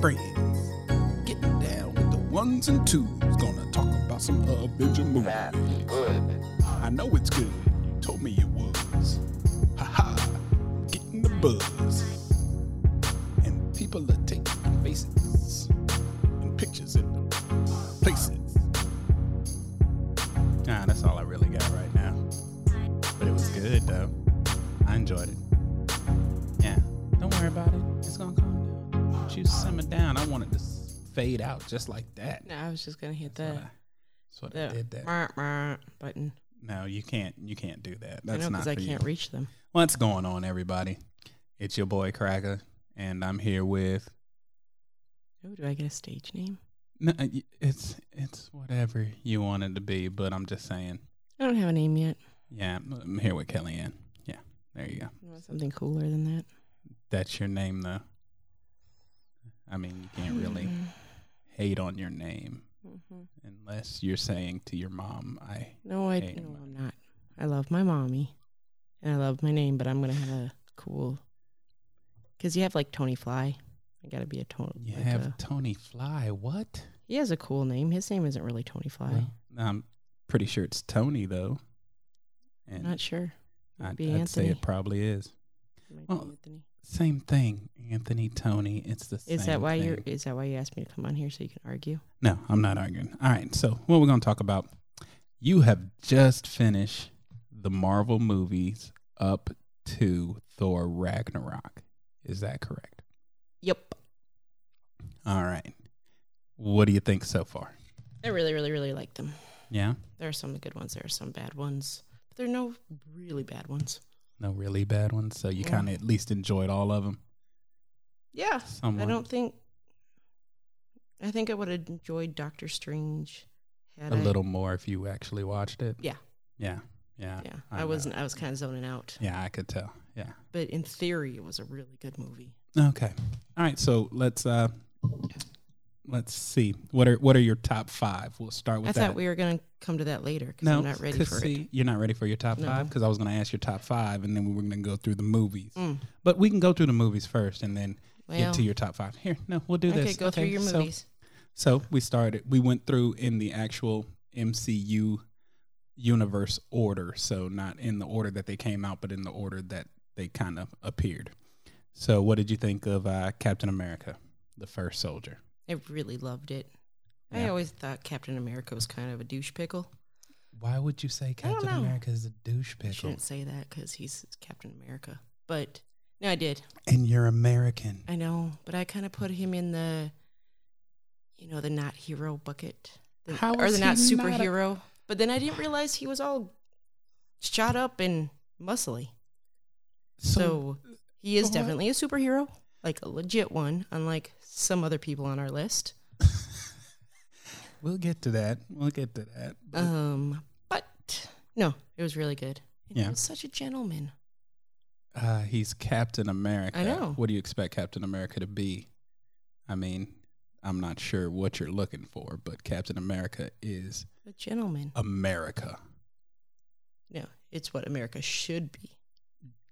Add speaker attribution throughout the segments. Speaker 1: friends. Getting down with the ones and twos. Gonna talk about some adventure movies. I know it's good. You told me it was. Haha. Getting the buzz. And people are taking faces and pictures in the places. Nah, that's all I really got right now. But it was good though. I enjoyed it. Yeah. Don't worry about it. It's gonna calm down. She simmer down. I wanted to s- fade out just like that.
Speaker 2: No, I was just gonna hit
Speaker 1: That's
Speaker 2: the
Speaker 1: what I- that's what I
Speaker 2: the
Speaker 1: did that.
Speaker 2: brr, brr button.
Speaker 1: No, you can't. You can't do that.
Speaker 2: I
Speaker 1: That's
Speaker 2: know
Speaker 1: not
Speaker 2: because
Speaker 1: for
Speaker 2: I can't
Speaker 1: you.
Speaker 2: reach them.
Speaker 1: What's going on, everybody? It's your boy Cracker, and I'm here with.
Speaker 2: Oh, do I get a stage name?
Speaker 1: No, uh, y- it's it's whatever you want it to be, but I'm just saying.
Speaker 2: I don't have a name yet.
Speaker 1: Yeah, I'm- I'm here with Kellyanne. Yeah, there you go.
Speaker 2: I want something cooler than that.
Speaker 1: That's your name, though. I mean, you can't really
Speaker 2: Mm.
Speaker 1: hate on your name
Speaker 2: Mm-hmm.
Speaker 1: unless you're saying to your mom, "I."
Speaker 2: No, I
Speaker 1: Hey,
Speaker 2: no,
Speaker 1: my-
Speaker 2: I'm not. I love my mommy, and I love my name, but I'm gonna have a cool. Because you have like Tony Fly. I gotta be a Tony.
Speaker 1: You
Speaker 2: like
Speaker 1: have
Speaker 2: a-
Speaker 1: Tony Fly. What?
Speaker 2: he has a cool name. His name isn't really Tony Fly.
Speaker 1: Well, I'm pretty sure it's Tony though. And
Speaker 2: Not sure. Might
Speaker 1: I'd,
Speaker 2: be
Speaker 1: I'd say
Speaker 2: Anthony.
Speaker 1: it probably is.
Speaker 2: Might be
Speaker 1: well,
Speaker 2: Anthony.
Speaker 1: Same thing, Anthony, Tony. It's the same.
Speaker 2: Is that why
Speaker 1: thing.
Speaker 2: you're? Is that why you asked me to come on here so you can argue?
Speaker 1: No, I'm not arguing. All right, so what we're gonna talk about? You have just finished the Marvel movies up to Thor Ragnarok. Is that correct?
Speaker 2: Yep.
Speaker 1: All right. What do you think so far?
Speaker 2: I really, really, really like them.
Speaker 1: Yeah,
Speaker 2: There are some good ones. There are some bad ones. But there are no really bad ones.
Speaker 1: no really bad ones. So you
Speaker 2: Yeah.
Speaker 1: kind of at least enjoyed all of them.
Speaker 2: Yeah. I
Speaker 1: Somewhat.
Speaker 2: don't think. I think I would have enjoyed Doctor Strange. Had
Speaker 1: a
Speaker 2: I-
Speaker 1: little more if you actually watched it.
Speaker 2: Yeah.
Speaker 1: Yeah. Yeah.
Speaker 2: Yeah.
Speaker 1: I
Speaker 2: I,
Speaker 1: know.
Speaker 2: wasn't. I was kind of zoning out.
Speaker 1: Yeah, I could tell. Yeah.
Speaker 2: But in theory, it was a really good movie.
Speaker 1: Okay. All right, so let's uh let's see. What are what are your top 5? We'll start with
Speaker 2: I
Speaker 1: that.
Speaker 2: thought we were going to come to that later because
Speaker 1: no,
Speaker 2: I'm not ready
Speaker 1: 'cause
Speaker 2: for
Speaker 1: see,
Speaker 2: it.
Speaker 1: You're not ready for your top
Speaker 2: No.
Speaker 1: five because I was going to ask your top five, and then we were going to go through the movies.
Speaker 2: Mm.
Speaker 1: But we can go through the movies first, and then
Speaker 2: Well,
Speaker 1: get to your top five. Here, no, we'll do
Speaker 2: okay,
Speaker 1: this.
Speaker 2: go through your
Speaker 1: so-
Speaker 2: movies.
Speaker 1: So we started. We went through in the actual MCU universe order. So not in the order that they came out, but in the order that they kind of appeared. So what did you think of uh, Captain America, the First Soldier?
Speaker 2: I really loved it. I
Speaker 1: Yeah.
Speaker 2: always thought Captain America was kind of a douche pickle.
Speaker 1: Why would you say
Speaker 2: don't
Speaker 1: Captain
Speaker 2: know.
Speaker 1: America is a douche
Speaker 2: I
Speaker 1: pickle?
Speaker 2: shouldn't say that because he's Captain America. But no, I did.
Speaker 1: And you're American.
Speaker 2: I know, but I kind of put him in the, you know, the not hero bucket, the,
Speaker 1: How
Speaker 2: or
Speaker 1: is
Speaker 2: the not
Speaker 1: he not a-
Speaker 2: superhero. but then I didn't realize he was all shot up and muscly. So he is
Speaker 1: so what?
Speaker 2: definitely a superhero, like a legit one, unlike some other people on our list.
Speaker 1: we'll get to that. We'll get to that. But
Speaker 2: Um, but no, it was really good. And
Speaker 1: Yeah.
Speaker 2: He was such a gentleman.
Speaker 1: Uh, he's Captain America.
Speaker 2: I know.
Speaker 1: What do you expect Captain America to be? I mean, I'm not sure what you're looking for, but Captain America is
Speaker 2: A gentleman.
Speaker 1: America.
Speaker 2: No, it's what America should be.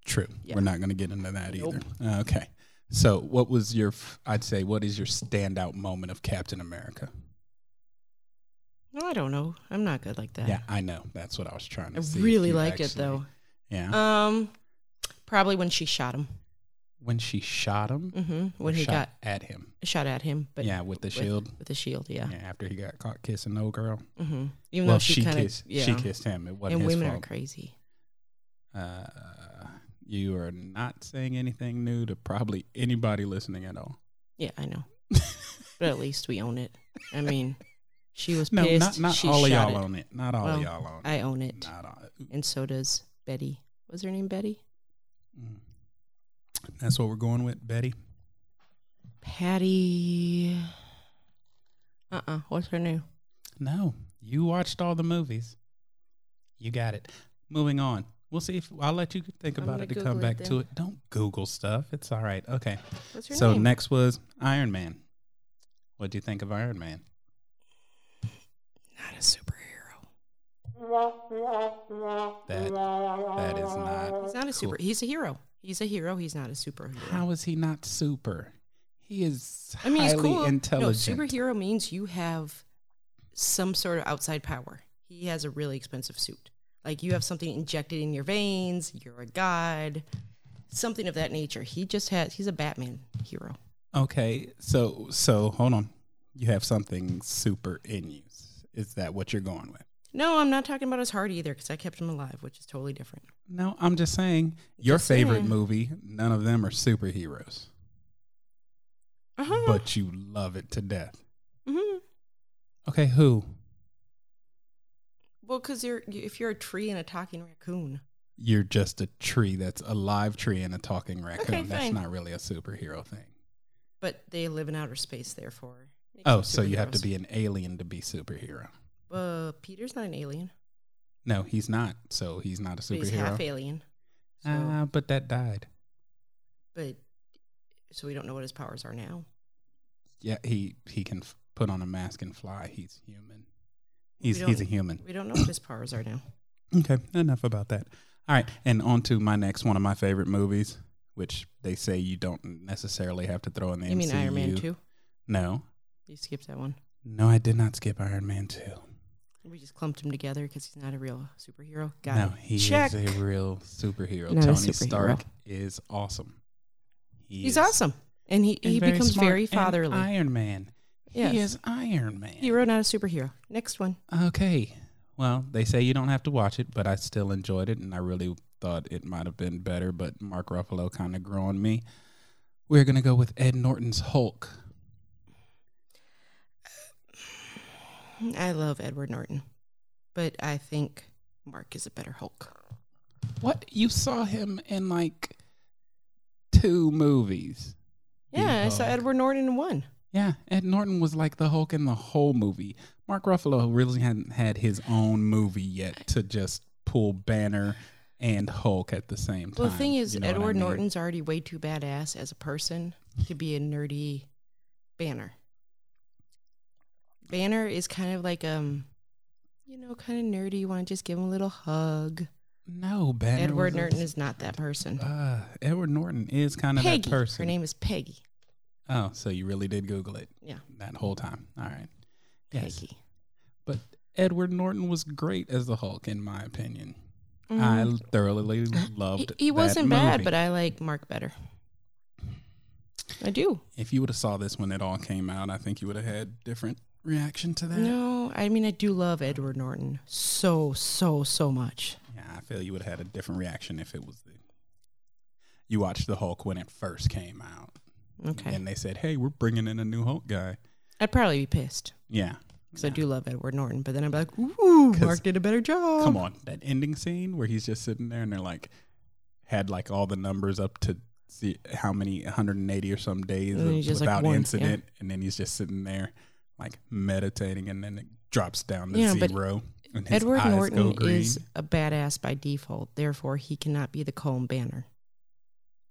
Speaker 1: True.
Speaker 2: Yeah.
Speaker 1: We're not going to get into that either. Uh,
Speaker 2: Nope.
Speaker 1: Okay. So, what was your, f- I'd say, what is your standout moment of Captain America?
Speaker 2: No, I don't know. I'm not good like that.
Speaker 1: Yeah, I know. That's what I was trying to
Speaker 2: I
Speaker 1: see if
Speaker 2: really
Speaker 1: you
Speaker 2: liked it
Speaker 1: actually-
Speaker 2: though.
Speaker 1: Yeah.
Speaker 2: Um, probably when she shot him.
Speaker 1: when she shot him,
Speaker 2: hmm
Speaker 1: or
Speaker 2: When he
Speaker 1: shot
Speaker 2: got
Speaker 1: at him.
Speaker 2: shot at him, but
Speaker 1: yeah, with the shield.
Speaker 2: with the shield, yeah.
Speaker 1: Yeah. after he got caught kissing old girl.
Speaker 2: hmm Even
Speaker 1: well,
Speaker 2: though she,
Speaker 1: she,
Speaker 2: kind of,
Speaker 1: kissed.
Speaker 2: yeah.
Speaker 1: She kissed him. It wasn't
Speaker 2: and
Speaker 1: his
Speaker 2: women
Speaker 1: fault.
Speaker 2: are crazy.
Speaker 1: Uh, you are not saying anything new to probably anybody listening at all.
Speaker 2: Yeah, I know. but at least we own it. I mean, she was
Speaker 1: No,
Speaker 2: pissed.
Speaker 1: not not
Speaker 2: she
Speaker 1: all of
Speaker 2: shot
Speaker 1: y'all
Speaker 2: it.
Speaker 1: own it. Not all
Speaker 2: Well,
Speaker 1: of y'all own
Speaker 2: I
Speaker 1: it.
Speaker 2: own it,
Speaker 1: Not all.
Speaker 2: and so does Betty. Was her name Betty?
Speaker 1: Mm. That's what we're going with, Betty.
Speaker 2: Patty. Uh uh-uh. uh. What's her name?
Speaker 1: No, you watched all the movies. You got it. Moving on. We'll see if I'll let you think
Speaker 2: I'm
Speaker 1: about
Speaker 2: gonna
Speaker 1: it to
Speaker 2: Google
Speaker 1: come
Speaker 2: it
Speaker 1: back
Speaker 2: then.
Speaker 1: to it. Don't Google stuff. It's all right. Okay.
Speaker 2: What's her
Speaker 1: So
Speaker 2: name?
Speaker 1: next was Iron Man. What do you think of Iron Man?
Speaker 2: Not a superhero.
Speaker 1: That that is not
Speaker 2: He's not a super. He's a hero. He's a hero. He's not a superhero.
Speaker 1: How is he not super? He is
Speaker 2: I mean, he's
Speaker 1: highly
Speaker 2: cool.
Speaker 1: intelligent.
Speaker 2: No, superhero means you have some sort of outside power. He has a really expensive suit. Like you have something injected in your veins. You're a god, something of that nature. He just has. He's a Batman hero.
Speaker 1: Okay, so so hold on. You have something super in you. Is that what you're going with?
Speaker 2: No, I'm not talking about his heart either, because I kept him alive, which is totally different.
Speaker 1: No, I'm just saying your
Speaker 2: Just
Speaker 1: favorite
Speaker 2: saying.
Speaker 1: movie. None of them are superheroes,
Speaker 2: Uh-huh.
Speaker 1: but you love it to death.
Speaker 2: hmm
Speaker 1: Okay, who?
Speaker 2: Well, because you're you- if you're a tree and a talking raccoon.
Speaker 1: You're just a tree that's a live tree and a talking raccoon. that's
Speaker 2: fine.
Speaker 1: not really a superhero thing.
Speaker 2: But they live in outer space, therefore. makes
Speaker 1: Oh,
Speaker 2: them
Speaker 1: so you have to
Speaker 2: superheroes.
Speaker 1: be an alien to be superhero.
Speaker 2: Uh, Peter's not an alien.
Speaker 1: No, he's not. So he's not a
Speaker 2: But he's half
Speaker 1: superhero.
Speaker 2: alien. So,
Speaker 1: Ah, but that died.
Speaker 2: but so we don't know what his powers are now.
Speaker 1: Yeah, he he can f- put on a mask and fly. He's human. He's
Speaker 2: don't-
Speaker 1: he's a human.
Speaker 2: We don't know what his powers are now.
Speaker 1: Okay, enough about that. All right, and on to my next one of my favorite movies, which they say you don't necessarily have to throw in the
Speaker 2: you mean
Speaker 1: MCU.
Speaker 2: Iron Man 2?
Speaker 1: No,
Speaker 2: You skipped that one.
Speaker 1: no, I did not skip Iron Man two.
Speaker 2: We just clumped him together because he's not a real superhero. Got
Speaker 1: no,
Speaker 2: it.
Speaker 1: he
Speaker 2: Check.
Speaker 1: is a real superhero.
Speaker 2: Not a
Speaker 1: Tony
Speaker 2: superhero.
Speaker 1: Stark is awesome. He
Speaker 2: He's
Speaker 1: is-
Speaker 2: awesome. And he,
Speaker 1: and
Speaker 2: he becomes
Speaker 1: smart
Speaker 2: very
Speaker 1: and
Speaker 2: fatherly.
Speaker 1: Iron Man.
Speaker 2: Yes.
Speaker 1: He is Iron Man.
Speaker 2: Hero, not a superhero. Next one.
Speaker 1: Okay. Well, they say you don't have to watch it, but I still enjoyed it, and I really thought it might have been better. But Mark Ruffalo kind of grew on me. We're gonna go with Ed Norton's Hulk.
Speaker 2: I love Edward Norton, but I think Mark is a better Hulk.
Speaker 1: What you saw him in like two movies? The
Speaker 2: Yeah, I saw
Speaker 1: Hulk.
Speaker 2: Edward Norton in one.
Speaker 1: Yeah, Ed Norton was like the Hulk in the whole movie. Mark Ruffalo really hadn't had his own movie yet to just pull Banner and Hulk at the same time.
Speaker 2: Well, the thing is,
Speaker 1: You know what I
Speaker 2: Edward
Speaker 1: mean?
Speaker 2: Norton's already way too badass as a person to be a nerdy Banner. Banner is kind of like um, you know, kind of nerdy. You want to just give him a little hug.
Speaker 1: No, Banner.
Speaker 2: Edward
Speaker 1: was a-
Speaker 2: Norton is not that person.
Speaker 1: Uh, Edward Norton is kind of
Speaker 2: Peggy.
Speaker 1: that person.
Speaker 2: Her name is Peggy.
Speaker 1: Oh, so you really did Google it
Speaker 2: Yeah,
Speaker 1: that whole time. All right. Yes.
Speaker 2: Peggy.
Speaker 1: But Edward Norton was great as the Hulk, in my opinion. I thoroughly
Speaker 2: He,
Speaker 1: loved
Speaker 2: Mm-hmm. he
Speaker 1: that
Speaker 2: wasn't bad,
Speaker 1: movie.
Speaker 2: but I like Mark better. I do.
Speaker 1: if you would have saw this when it all came out, I think you would have had different reaction to that.
Speaker 2: No, I mean I do love Edward Norton so so so much.
Speaker 1: Yeah, I feel you would have had a different reaction if it was the you watched the Hulk when it first came out.
Speaker 2: Okay,
Speaker 1: And they said, "Hey, we're bringing in a new Hulk guy."
Speaker 2: I'd probably be pissed
Speaker 1: Yeah.
Speaker 2: because I do love Edward Norton, but then I'd be like, ooh,
Speaker 1: 'Cause-
Speaker 2: Mark did a better job.
Speaker 1: Come on, that ending scene where he's just sitting there and they're like had like all the numbers up to see how many 180 or some days
Speaker 2: And then
Speaker 1: of-
Speaker 2: he's just like
Speaker 1: without
Speaker 2: one, yeah.
Speaker 1: incident, and then he's just sitting there like meditating, and then it drops down to
Speaker 2: Yeah, but
Speaker 1: zero. And his
Speaker 2: Edward
Speaker 1: eyes go
Speaker 2: Norton
Speaker 1: green.
Speaker 2: is a badass by default, therefore he cannot be the Colm Banner.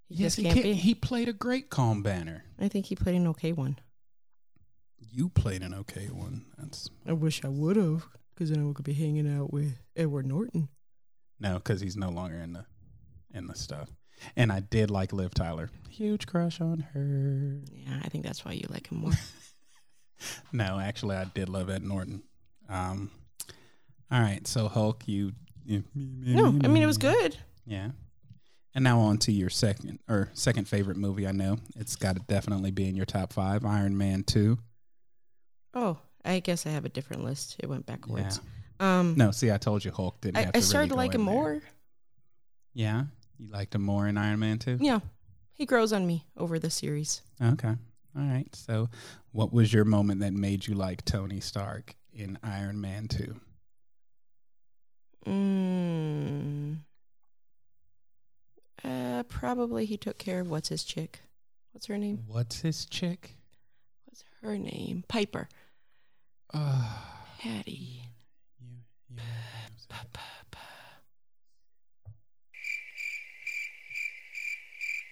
Speaker 2: He
Speaker 1: yes,
Speaker 2: just
Speaker 1: he
Speaker 2: can't
Speaker 1: can
Speaker 2: be.
Speaker 1: He played a great calm banner.
Speaker 2: I think he played an okay one.
Speaker 1: You played an okay one. That's
Speaker 2: I wish I would have, because then I could be hanging out with Edward Norton.
Speaker 1: no, because he's no longer in the in the stuff. And I did like Liv Tyler. Huge crush on her.
Speaker 2: Yeah, I think that's why you like him more.
Speaker 1: No, actually, I did love Ed Norton. Um, all right, so Hulk, you, you
Speaker 2: no, I mean it was good.
Speaker 1: Yeah, and now on to your second or second favorite movie. I know it's got to definitely be in your top five. Iron Man Two.
Speaker 2: Oh, I guess I have a different list. It went backwards.
Speaker 1: Yeah.
Speaker 2: Um,
Speaker 1: No, see, I told you Hulk didn't.
Speaker 2: I,
Speaker 1: have to
Speaker 2: I started to
Speaker 1: really
Speaker 2: like
Speaker 1: go
Speaker 2: him
Speaker 1: in there.
Speaker 2: more.
Speaker 1: Yeah, you liked him more in Iron Man Two.
Speaker 2: Yeah, he grows on me over the series.
Speaker 1: Okay, all right. So, what was your moment that made you like Tony Stark in Iron Man Two?
Speaker 2: Mm. Uh, probably he took care of what's his chick. What's her name?
Speaker 1: What's his chick?
Speaker 2: What's her name? Piper.
Speaker 1: Uh,
Speaker 2: Patty.
Speaker 1: you, you,
Speaker 2: Pa- pa- pa.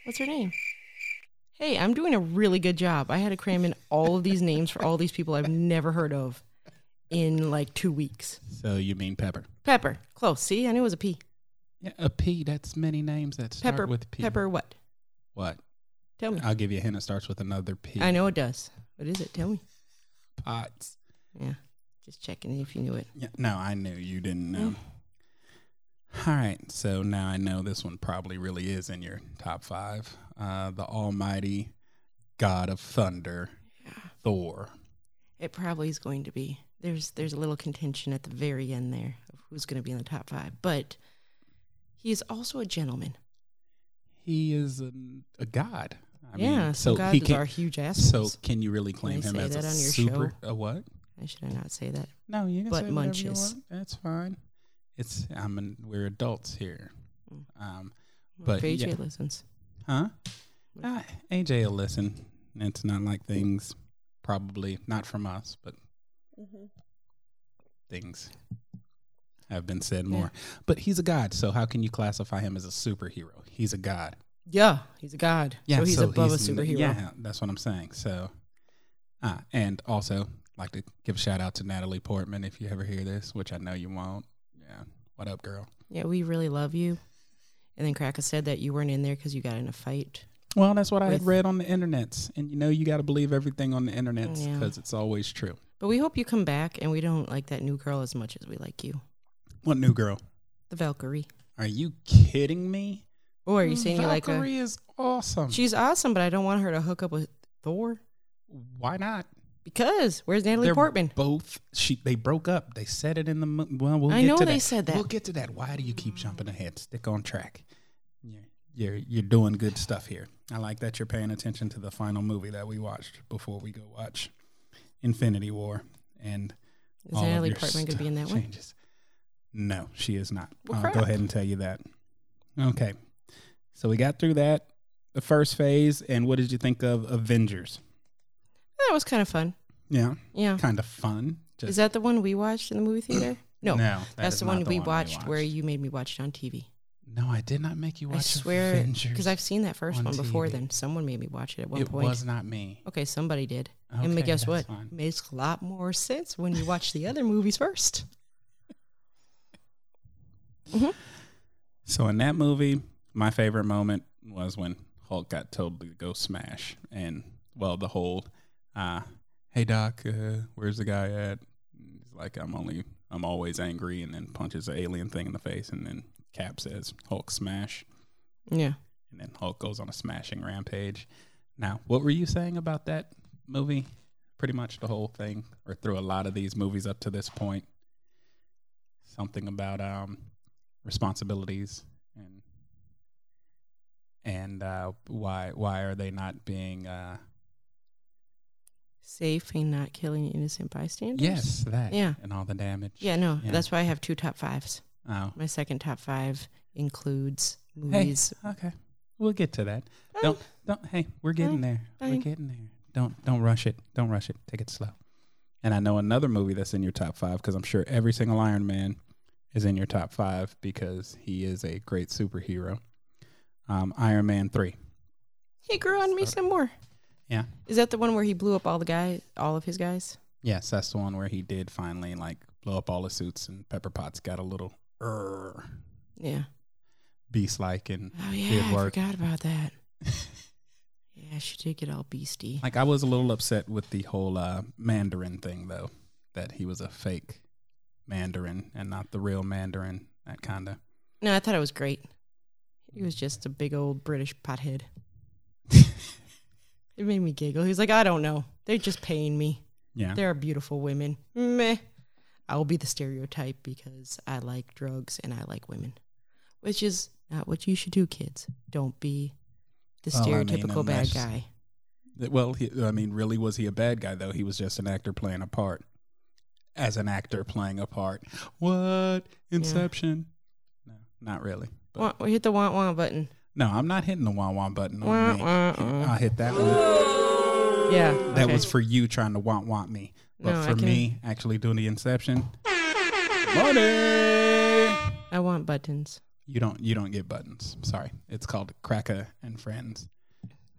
Speaker 2: What's her name? Hey, I'm doing a really good job. I had to cram in all of these names for all these people I've never heard of in like two weeks.
Speaker 1: so you mean Pepper?
Speaker 2: Pepper. Close. See, I knew it was a P.
Speaker 1: Yeah, a P. That's many names that start
Speaker 2: Pepper.
Speaker 1: with P.
Speaker 2: Pepper what?
Speaker 1: What?
Speaker 2: Tell me.
Speaker 1: I'll give you a hint. It starts with another P.
Speaker 2: I know it does. What is it? Tell me.
Speaker 1: Pots.
Speaker 2: Yeah. Just checking if you knew it.
Speaker 1: Yeah, no, I knew you didn't know. All right, so now I know this one probably really is in your top five. Uh, the Almighty God of Thunder, Thor.
Speaker 2: It probably is going to be. There's there's a little contention at the very end there of who's going to be in the top five, but he is also a gentleman.
Speaker 1: He is an, a god. I
Speaker 2: yeah, some
Speaker 1: so
Speaker 2: guys
Speaker 1: he can.
Speaker 2: are huge
Speaker 1: So
Speaker 2: assholes.
Speaker 1: can you really claim
Speaker 2: I
Speaker 1: him
Speaker 2: say
Speaker 1: as
Speaker 2: that
Speaker 1: a
Speaker 2: on your
Speaker 1: super? A what?
Speaker 2: I should I not say that?
Speaker 1: No, you can
Speaker 2: But
Speaker 1: say whatever you
Speaker 2: munches.
Speaker 1: want. That's fine. It's I'm an, we're adults here.
Speaker 2: Mm.
Speaker 1: Um,
Speaker 2: But
Speaker 1: But,
Speaker 2: if AJ
Speaker 1: yeah.
Speaker 2: listens.
Speaker 1: Huh? Uh, AJ will listen. It's not like things, probably not from us, but
Speaker 2: Mm-hmm.
Speaker 1: things have been said more. But he's a god, so how can you classify him as a superhero? He's a god.
Speaker 2: Yeah, he's a god.
Speaker 1: Yeah,
Speaker 2: so he's above a
Speaker 1: n-
Speaker 2: superhero.
Speaker 1: Yeah, that's what I'm saying. So, uh, and also like to give a shout out to Natalie Portman if you ever hear this, which I know you won't. Yeah, what up, girl?
Speaker 2: Yeah, we really love you. And then Kraka said that you weren't in there because you got in a fight.
Speaker 1: Well, that's what I had
Speaker 2: With-
Speaker 1: read on the internets, and you know you got to believe everything on the internets
Speaker 2: Yeah.
Speaker 1: because it's always true.
Speaker 2: But we hope you come back and we don't like that new girl as much as we like you.
Speaker 1: What new girl?
Speaker 2: The Valkyrie.
Speaker 1: Are you kidding me?
Speaker 2: Or are you saying you like her?
Speaker 1: Valkyrie is awesome.
Speaker 2: She's awesome, but I don't want her to hook up with Thor.
Speaker 1: Why not?
Speaker 2: Because where's Natalie
Speaker 1: They're
Speaker 2: Portman?
Speaker 1: Both she they broke up. They said it in the mo- well. We'll
Speaker 2: I
Speaker 1: get
Speaker 2: know
Speaker 1: to
Speaker 2: they
Speaker 1: that.
Speaker 2: said that.
Speaker 1: We'll get to that. Why do you keep jumping ahead? Stick on track. You're you're, you're doing good stuff here. I like that you're paying attention to the final movie that we watched before we go watch Infinity War and
Speaker 2: Is
Speaker 1: all of
Speaker 2: Natalie
Speaker 1: your
Speaker 2: Portman going to be in that
Speaker 1: stuff
Speaker 2: one?
Speaker 1: changes. No, she is not.
Speaker 2: Well,
Speaker 1: I'll go
Speaker 2: crap.
Speaker 1: ahead and tell you that. Okay, so we got through that the first phase, and what did you think of Avengers?
Speaker 2: That was kind of fun.
Speaker 1: Yeah,
Speaker 2: Yeah.
Speaker 1: kind of fun.
Speaker 2: Is that the one we watched in the movie theater? No.
Speaker 1: that
Speaker 2: that's
Speaker 1: is
Speaker 2: the one
Speaker 1: not
Speaker 2: we
Speaker 1: we
Speaker 2: watched, where you made me watch it on TV.
Speaker 1: No, I did not make you watch.
Speaker 2: I swear,
Speaker 1: Avengers.
Speaker 2: because I've seen that first
Speaker 1: on
Speaker 2: one before.
Speaker 1: TV.
Speaker 2: Then someone made me watch it at one
Speaker 1: It
Speaker 2: point.
Speaker 1: was not me.
Speaker 2: Okay, somebody did. and
Speaker 1: Okay,
Speaker 2: but guess
Speaker 1: that's
Speaker 2: what?
Speaker 1: fine.
Speaker 2: Makes a lot more sense when you watch the other movies first.
Speaker 1: So in that movie, my favorite moment was when Hulk got told to go smash, and well, the whole, uh, "Hey Doc, uh, where's the guy at?" He's like, "I'm only, I'm always angry," and then punches the alien thing in the face, and then Cap says, "Hulk smash,"
Speaker 2: Yeah.
Speaker 1: and then Hulk goes on a smashing rampage. Now, what were you saying about that movie? Pretty much the whole thing, or through a lot of these movies up to this point. Something about um, responsibilities and and uh, why why are they not being uh,
Speaker 2: Safe and not killing innocent bystanders.
Speaker 1: yes that
Speaker 2: Yeah.
Speaker 1: and all the damage
Speaker 2: Yeah, no.
Speaker 1: Yeah.
Speaker 2: That's why I have two top fives.
Speaker 1: oh
Speaker 2: My second top five includes
Speaker 1: hey
Speaker 2: movies.
Speaker 1: okay we'll get to that
Speaker 2: Fine.
Speaker 1: don't don't hey we're getting
Speaker 2: Fine.
Speaker 1: there we're
Speaker 2: Fine.
Speaker 1: getting there don't don't rush it don't rush it take it slow and i know another movie that's in your top five because i'm sure every single iron man is in your top five because he is a great superhero um, iron man 3
Speaker 2: He grew on me some more.
Speaker 1: yeah
Speaker 2: Is that the one where he blew up all the guy, all of his guys?
Speaker 1: yes that's the one where he did finally like blow up all his suits and pepper potts got a little er,
Speaker 2: Yeah.
Speaker 1: beast like and
Speaker 2: Oh yeah, I
Speaker 1: work.
Speaker 2: forgot about that. yeah, she did get all beastie.
Speaker 1: Like I was a little upset with the whole uh, Mandarin thing, though, that he was a fake Mandarin and not the real Mandarin. That kind of
Speaker 2: No, I thought it was great. He was just a big old British pothead. it made me giggle. He was like, I don't know. They're just paying me.
Speaker 1: yeah.
Speaker 2: There are beautiful women. Meh. I will be the stereotype because I like drugs and I like women, which is not what you should do, kids. Don't be the
Speaker 1: Well, I mean,
Speaker 2: stereotypical bad
Speaker 1: unless-
Speaker 2: guy.
Speaker 1: Th- Well, he, I mean, really, was he a bad guy though? He was just an actor playing a part, as an actor playing a part. What Inception? No, not really. But
Speaker 2: Wah, we hit the wah wah button.
Speaker 1: no, I'm not hitting the wah wah button on
Speaker 2: Wah,
Speaker 1: me.
Speaker 2: wah, wah.
Speaker 1: I'll hit that one.
Speaker 2: Yeah.
Speaker 1: That
Speaker 2: okay.
Speaker 1: was for you trying to want want me, but
Speaker 2: No, I
Speaker 1: for
Speaker 2: can-
Speaker 1: me actually doing the Inception. Money.
Speaker 2: I want buttons.
Speaker 1: You don't you don't get buttons. Sorry. It's called Kraka and Friends.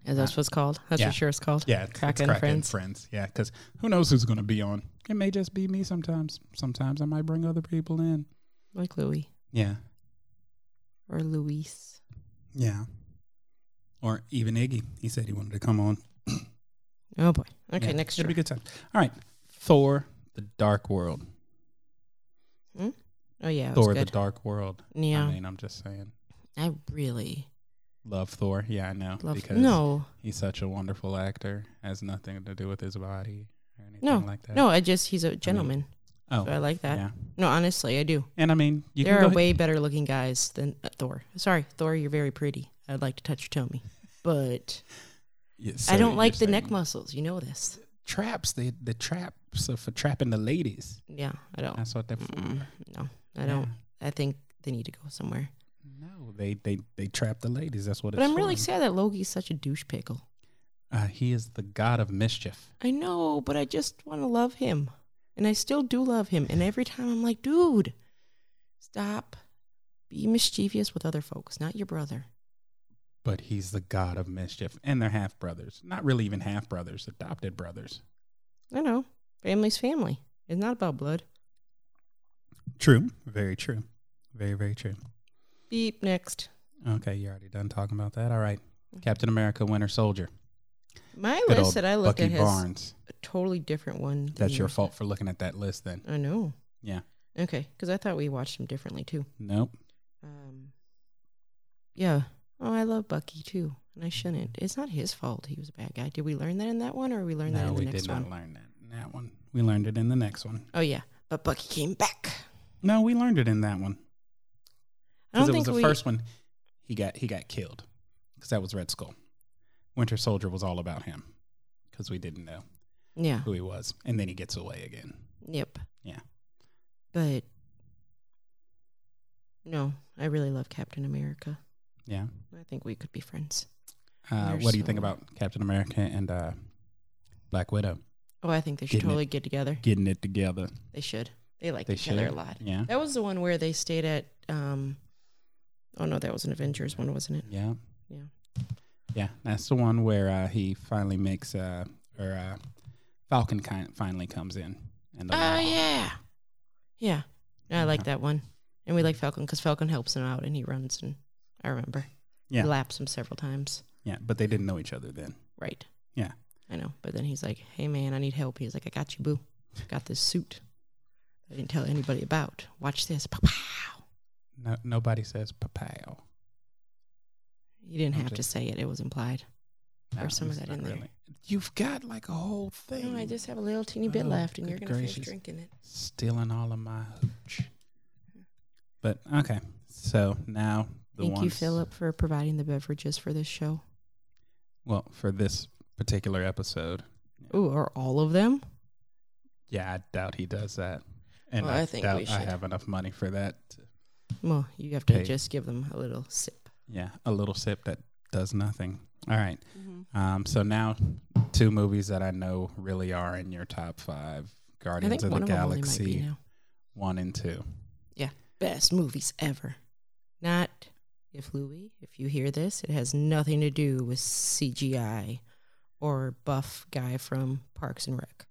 Speaker 2: Is that what it's called? That's
Speaker 1: Uh, Yeah.
Speaker 2: what sure it's called.
Speaker 1: Yeah, it's,
Speaker 2: Kraka
Speaker 1: it's
Speaker 2: and
Speaker 1: Kraka and
Speaker 2: Friends.
Speaker 1: Friends. Yeah, because who knows who's going to be on? It may just be me sometimes. Sometimes I might bring other people in.
Speaker 2: Like Louis
Speaker 1: Yeah,
Speaker 2: or Luis.
Speaker 1: yeah. or even Iggy. He said he wanted to come on.
Speaker 2: Oh boy. Okay,
Speaker 1: Yeah,
Speaker 2: next
Speaker 1: It'll
Speaker 2: year.
Speaker 1: be a good time. All right. Thor, The Dark World.
Speaker 2: oh yeah, it was
Speaker 1: Thor, The
Speaker 2: good.
Speaker 1: Dark World.
Speaker 2: yeah,
Speaker 1: I mean, I'm just saying.
Speaker 2: I really
Speaker 1: Love Thor. Yeah, I know.
Speaker 2: love.
Speaker 1: because
Speaker 2: No,
Speaker 1: he's such a wonderful actor. Has nothing to do with his body or anything like that.
Speaker 2: no, I just he's a gentleman,
Speaker 1: Oh,
Speaker 2: so I like that.
Speaker 1: yeah.
Speaker 2: No, honestly, I do.
Speaker 1: And I mean, you
Speaker 2: there
Speaker 1: can
Speaker 2: are
Speaker 1: go
Speaker 2: way better looking guys than uh, Thor. Sorry, Thor, you're very pretty. I'd like to touch your tummy, but
Speaker 1: Yeah,
Speaker 2: I
Speaker 1: so
Speaker 2: don't
Speaker 1: you're
Speaker 2: like the neck
Speaker 1: saying
Speaker 2: muscles. You know this.
Speaker 1: Traps. They the traps are for trapping the ladies.
Speaker 2: Yeah, I don't.
Speaker 1: That's what they're for.
Speaker 2: Mm, no, I don't. I think they need to go somewhere.
Speaker 1: No, they they they trap the ladies. That's what.
Speaker 2: But
Speaker 1: it's
Speaker 2: I'm really
Speaker 1: for.
Speaker 2: sad that Loki's such a douche pickle.
Speaker 1: Uh, he is the god of mischief.
Speaker 2: I know, but I just want to love him. And I still do love him. And every time I'm like, dude, stop. Be mischievous with other folks, not your brother.
Speaker 1: But he's the god of mischief, and they're half brothers. Not really even half brothers. Adopted brothers.
Speaker 2: I know. Family's family. It's not about blood.
Speaker 1: True. Very true. Very very true.
Speaker 2: Beep next.
Speaker 1: Okay, you're already done talking about that. All right. Captain America, Winter Soldier.
Speaker 2: My
Speaker 1: Good
Speaker 2: list
Speaker 1: old
Speaker 2: that I looked
Speaker 1: Bucky
Speaker 2: at has
Speaker 1: Barnes.
Speaker 2: a totally different one. than
Speaker 1: That's your
Speaker 2: yours.
Speaker 1: fault for looking at that list. Then.
Speaker 2: I know.
Speaker 1: Yeah.
Speaker 2: Okay, because I thought we watched him differently too.
Speaker 1: Nope.
Speaker 2: Um, yeah. Oh, I love Bucky too, and I shouldn't. It's not his fault. He was a bad guy. Did we learn that in that one, or we learned that
Speaker 1: No,
Speaker 2: in the
Speaker 1: we
Speaker 2: next
Speaker 1: did
Speaker 2: one?
Speaker 1: not learn that. in That one. We learned it in the next one.
Speaker 2: Oh yeah, but Bucky came back.
Speaker 1: No, we learned it in that one.
Speaker 2: I
Speaker 1: Because
Speaker 2: don't
Speaker 1: it was
Speaker 2: think
Speaker 1: the
Speaker 2: we.
Speaker 1: first one he got he got killed. Because that was Red Skull. Winter Soldier was all about him. Because we didn't know
Speaker 2: Yeah.
Speaker 1: who he was. And then he gets away again.
Speaker 2: Yep.
Speaker 1: Yeah.
Speaker 2: But no, I really love Captain America.
Speaker 1: Yeah.
Speaker 2: I think we could be friends.
Speaker 1: Uh,
Speaker 2: Winter
Speaker 1: what do you think
Speaker 2: Soldier.
Speaker 1: about Captain America and uh, Black Widow
Speaker 2: Oh, I think they should
Speaker 1: Getting it.
Speaker 2: totally get together.
Speaker 1: getting it together?
Speaker 2: They should. They like
Speaker 1: They
Speaker 2: each other a
Speaker 1: should.
Speaker 2: lot.
Speaker 1: Yeah.
Speaker 2: That was the one where they stayed at. um Oh no, that was an Avengers one, wasn't it?
Speaker 1: Yeah.
Speaker 2: Yeah.
Speaker 1: Yeah. That's the one where uh, he finally makes uh, or uh, Falcon kind finally comes in. And the
Speaker 2: Oh
Speaker 1: law.
Speaker 2: yeah, yeah. No, I like
Speaker 1: Okay.
Speaker 2: that one, and we like Falcon because Falcon helps him out, and he runs, and I remember,
Speaker 1: Yeah.
Speaker 2: he laps him several times.
Speaker 1: Yeah, but they didn't know each other then.
Speaker 2: Right.
Speaker 1: Yeah.
Speaker 2: I know. But then he's like, hey, man, I need help. He's like, I got you, boo. Got this suit I didn't tell anybody about. Watch this. Pow, pow.
Speaker 1: No, nobody says papao.
Speaker 2: You didn't have
Speaker 1: Okay.
Speaker 2: to say it, it was implied. Or some of
Speaker 1: it's
Speaker 2: that
Speaker 1: not
Speaker 2: in there.
Speaker 1: You've got like a whole thing.
Speaker 2: No, I just have a little teeny bit
Speaker 1: Oh,
Speaker 2: left, and you're
Speaker 1: good
Speaker 2: going to finish
Speaker 1: gracious.
Speaker 2: drinking it.
Speaker 1: stealing all of my hooch. But okay, so now the
Speaker 2: Thank you,
Speaker 1: ones-
Speaker 2: Philip, for providing the beverages for this show.
Speaker 1: Well, for this particular episode,
Speaker 2: Ooh, are all of them?
Speaker 1: yeah, I doubt he does that, and
Speaker 2: Well,
Speaker 1: I,
Speaker 2: I think
Speaker 1: doubt
Speaker 2: we
Speaker 1: I
Speaker 2: should.
Speaker 1: have enough money for that.
Speaker 2: Well, you have to
Speaker 1: Hey.
Speaker 2: just give them a little sip.
Speaker 1: Yeah, a little sip that does nothing. All right,
Speaker 2: Mm-hmm.
Speaker 1: um, so now two movies that I know really are in your top five:
Speaker 2: I think
Speaker 1: Guardians of the
Speaker 2: one of them only might be
Speaker 1: Galaxy
Speaker 2: now.
Speaker 1: one and two.
Speaker 2: Best movies ever. Not if Louis, if you hear this, it has nothing to do with CGI or buff guy from Parks and Rec.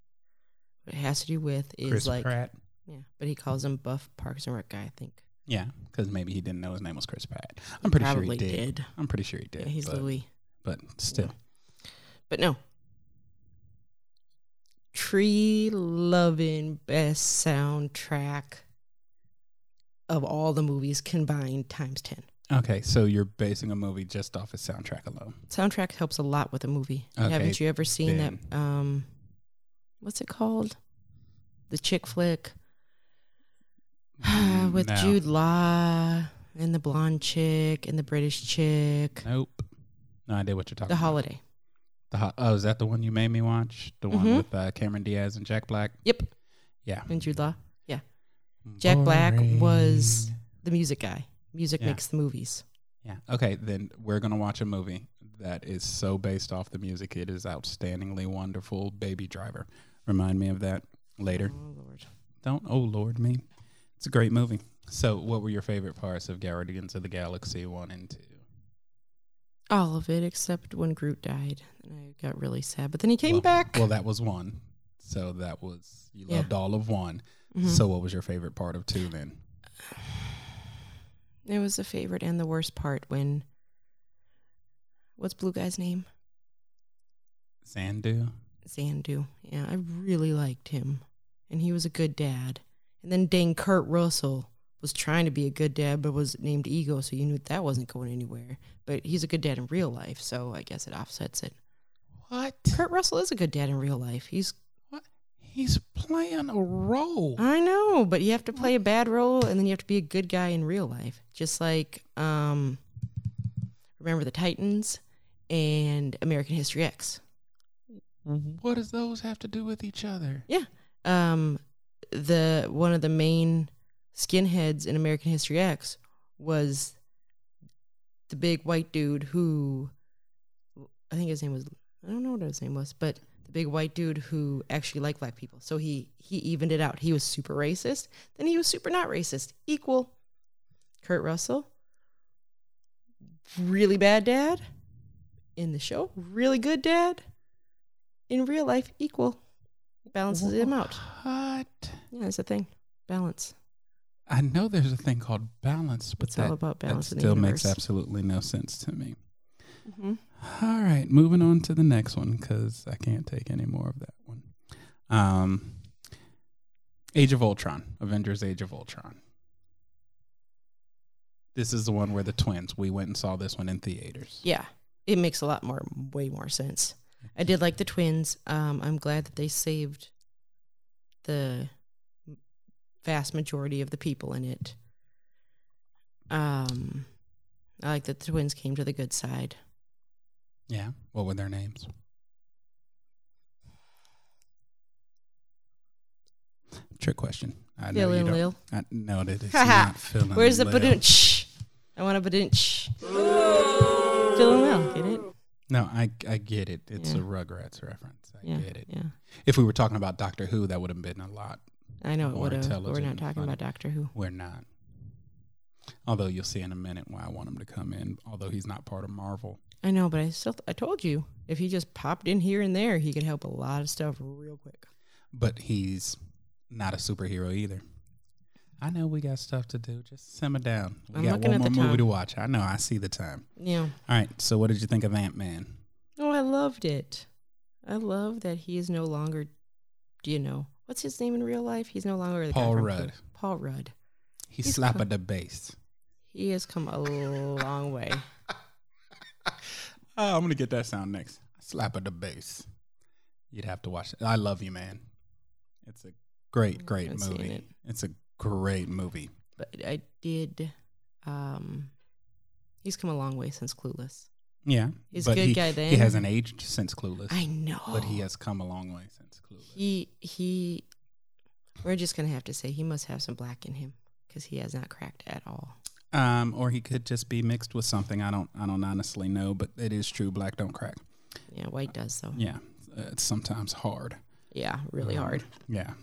Speaker 2: What it has to do with is
Speaker 1: Chris
Speaker 2: like
Speaker 1: Pratt.
Speaker 2: yeah, but he calls him buff Parks and Rec guy. I think
Speaker 1: Yeah, because maybe he didn't know his name was Chris Pratt. I'm pretty sure he
Speaker 2: probably
Speaker 1: did.
Speaker 2: did.
Speaker 1: I'm pretty sure he did.
Speaker 2: Yeah, he's
Speaker 1: but,
Speaker 2: Louis,
Speaker 1: but still,
Speaker 2: but no. Tree loving best soundtrack of all the movies combined times ten.
Speaker 1: okay. So you're basing a movie just off its soundtrack alone.
Speaker 2: soundtrack helps a lot with a movie.
Speaker 1: Okay,
Speaker 2: Haven't you ever seen
Speaker 1: then.
Speaker 2: that? Um, what's it called? The chick flick
Speaker 1: Mm,
Speaker 2: with
Speaker 1: No.
Speaker 2: Jude Law and the blonde chick and the British chick.
Speaker 1: Nope. No idea what you're talking.
Speaker 2: The
Speaker 1: about.
Speaker 2: holiday.
Speaker 1: The ho- oh, is that the one you made me watch? The one
Speaker 2: Mhm.
Speaker 1: with uh, Cameron Diaz and Jack Black.
Speaker 2: Yep.
Speaker 1: Yeah.
Speaker 2: And Jude Law, Jack Black was- the music guy. Music
Speaker 1: Yeah.
Speaker 2: makes the movies.
Speaker 1: Yeah. Okay, then we're gonna watch a movie that is so based off the music. It is outstandingly wonderful. Baby Driver. Remind me of that later.
Speaker 2: Oh Lord.
Speaker 1: Don't oh Lord me. It's a great movie. So, what were your favorite parts of Guardians of the Galaxy one and two?
Speaker 2: All of it except when Groot died, and I got really sad. But then he came
Speaker 1: Well-
Speaker 2: back.
Speaker 1: Well, that was one. So that was you
Speaker 2: Yeah.
Speaker 1: loved all of one.
Speaker 2: Mhm.
Speaker 1: So, what was your favorite part of two then?
Speaker 2: It was the favorite and the worst part when What's Blue Guy's name?
Speaker 1: Sandu.
Speaker 2: Zandu. Yeah, I really liked him. And he was a good dad. And then dang Kurt Russell was trying to be a good dad, but was named Ego, so you knew that wasn't going anywhere. But he's a good dad in real life, so I guess it offsets it.
Speaker 1: What?
Speaker 2: Kurt Russell is a good dad in real life. He's
Speaker 1: What? He's playing a role.
Speaker 2: I know, but you have to play a bad role and then you have to be a good guy in real life. Just like um Remember the Titans and American History X.
Speaker 1: What does those have to do with each other?
Speaker 2: Yeah. Um the one of the main skinheads in American History X was the big white dude who I think his name was I don't know what his name was, but the big white dude who actually liked black people. So he he evened it out. He was super racist, then he was super not racist. Equal. Kurt Russell. Really bad dad in the show. Really good dad. In real life, equal. Balances him out.
Speaker 1: What?
Speaker 2: Yeah, that's the thing. Balance.
Speaker 1: I know there's a thing called balance, but
Speaker 2: It's
Speaker 1: that,
Speaker 2: all about
Speaker 1: that
Speaker 2: balance in the
Speaker 1: still makes
Speaker 2: universe.
Speaker 1: absolutely no sense to me.
Speaker 2: Mm-hmm.
Speaker 1: All right, moving on to the next one because I can't take any more of that one. Um, Age of Ultron, Avengers: Age of Ultron. This is the one where the twins. We went and saw this one in theaters.
Speaker 2: Yeah, it makes a lot more, way more sense. I did like the twins. Um, I'm glad that they saved the vast majority of the people in it. Um, I like that the twins came to the good side.
Speaker 1: Yeah. What were their names? Trick question. I know
Speaker 2: Phil
Speaker 1: you
Speaker 2: and
Speaker 1: don't-
Speaker 2: Lil.
Speaker 1: I know that it's
Speaker 2: Haha.
Speaker 1: not Phil and
Speaker 2: Where's the
Speaker 1: Lil.
Speaker 2: badunch? I want a badunch. Phil and Lil, get it?
Speaker 1: No, I I get it. It's
Speaker 2: Yeah.
Speaker 1: a Rugrats reference. I
Speaker 2: Yeah,
Speaker 1: get it.
Speaker 2: yeah.
Speaker 1: If we were talking about Doctor Who, that would have been a lot.
Speaker 2: I know it
Speaker 1: More
Speaker 2: would have. We're
Speaker 1: intelligent
Speaker 2: not
Speaker 1: and
Speaker 2: talking
Speaker 1: funny.
Speaker 2: about Doctor Who.
Speaker 1: We're not. Although you'll see in a minute why I want him to come in. Although he's not part of Marvel.
Speaker 2: I know, but I still, I told you, if he just popped in here and there, he could help a lot of stuff real quick.
Speaker 1: but he's not a superhero either. I know we got stuff to do. Just simmer down. We
Speaker 2: I'm
Speaker 1: got
Speaker 2: looking
Speaker 1: one more
Speaker 2: at the
Speaker 1: movie
Speaker 2: time.
Speaker 1: to watch. I know. I see the time.
Speaker 2: Yeah.
Speaker 1: All right. So, what did you think of Ant Man?
Speaker 2: Oh, I loved it. I love that he is no longer, do you know, what's his name in real life? He's no longer the guy
Speaker 1: Paul
Speaker 2: from-
Speaker 1: Rudd.
Speaker 2: Paul Rudd.
Speaker 1: He
Speaker 2: He's
Speaker 1: slapped
Speaker 2: cool.
Speaker 1: at the base.
Speaker 2: He has come a long way.
Speaker 1: Oh, I'm gonna get that sound next. Slap at the base. You'd have to watch it. I love you, man. It's a great, great
Speaker 2: haven't Mm, seen
Speaker 1: movie.
Speaker 2: it.
Speaker 1: It's a great movie.
Speaker 2: But I did, um, he's come a long way since Clueless.
Speaker 1: Yeah,
Speaker 2: He's a good
Speaker 1: he,
Speaker 2: guy
Speaker 1: He
Speaker 2: then.
Speaker 1: hasn't aged since Clueless,
Speaker 2: I know.
Speaker 1: but he has come a long way since Clueless.
Speaker 2: He, he, we're just going to have to say he must have some black in him because he has not cracked at all.
Speaker 1: um, or he could just be mixed with something. I don't, I don't honestly know, but it is true. Black don't crack.
Speaker 2: Yeah, white does though.
Speaker 1: Yeah, uh, it's sometimes hard. Um,
Speaker 2: Yeah, really hard.
Speaker 1: Yeah.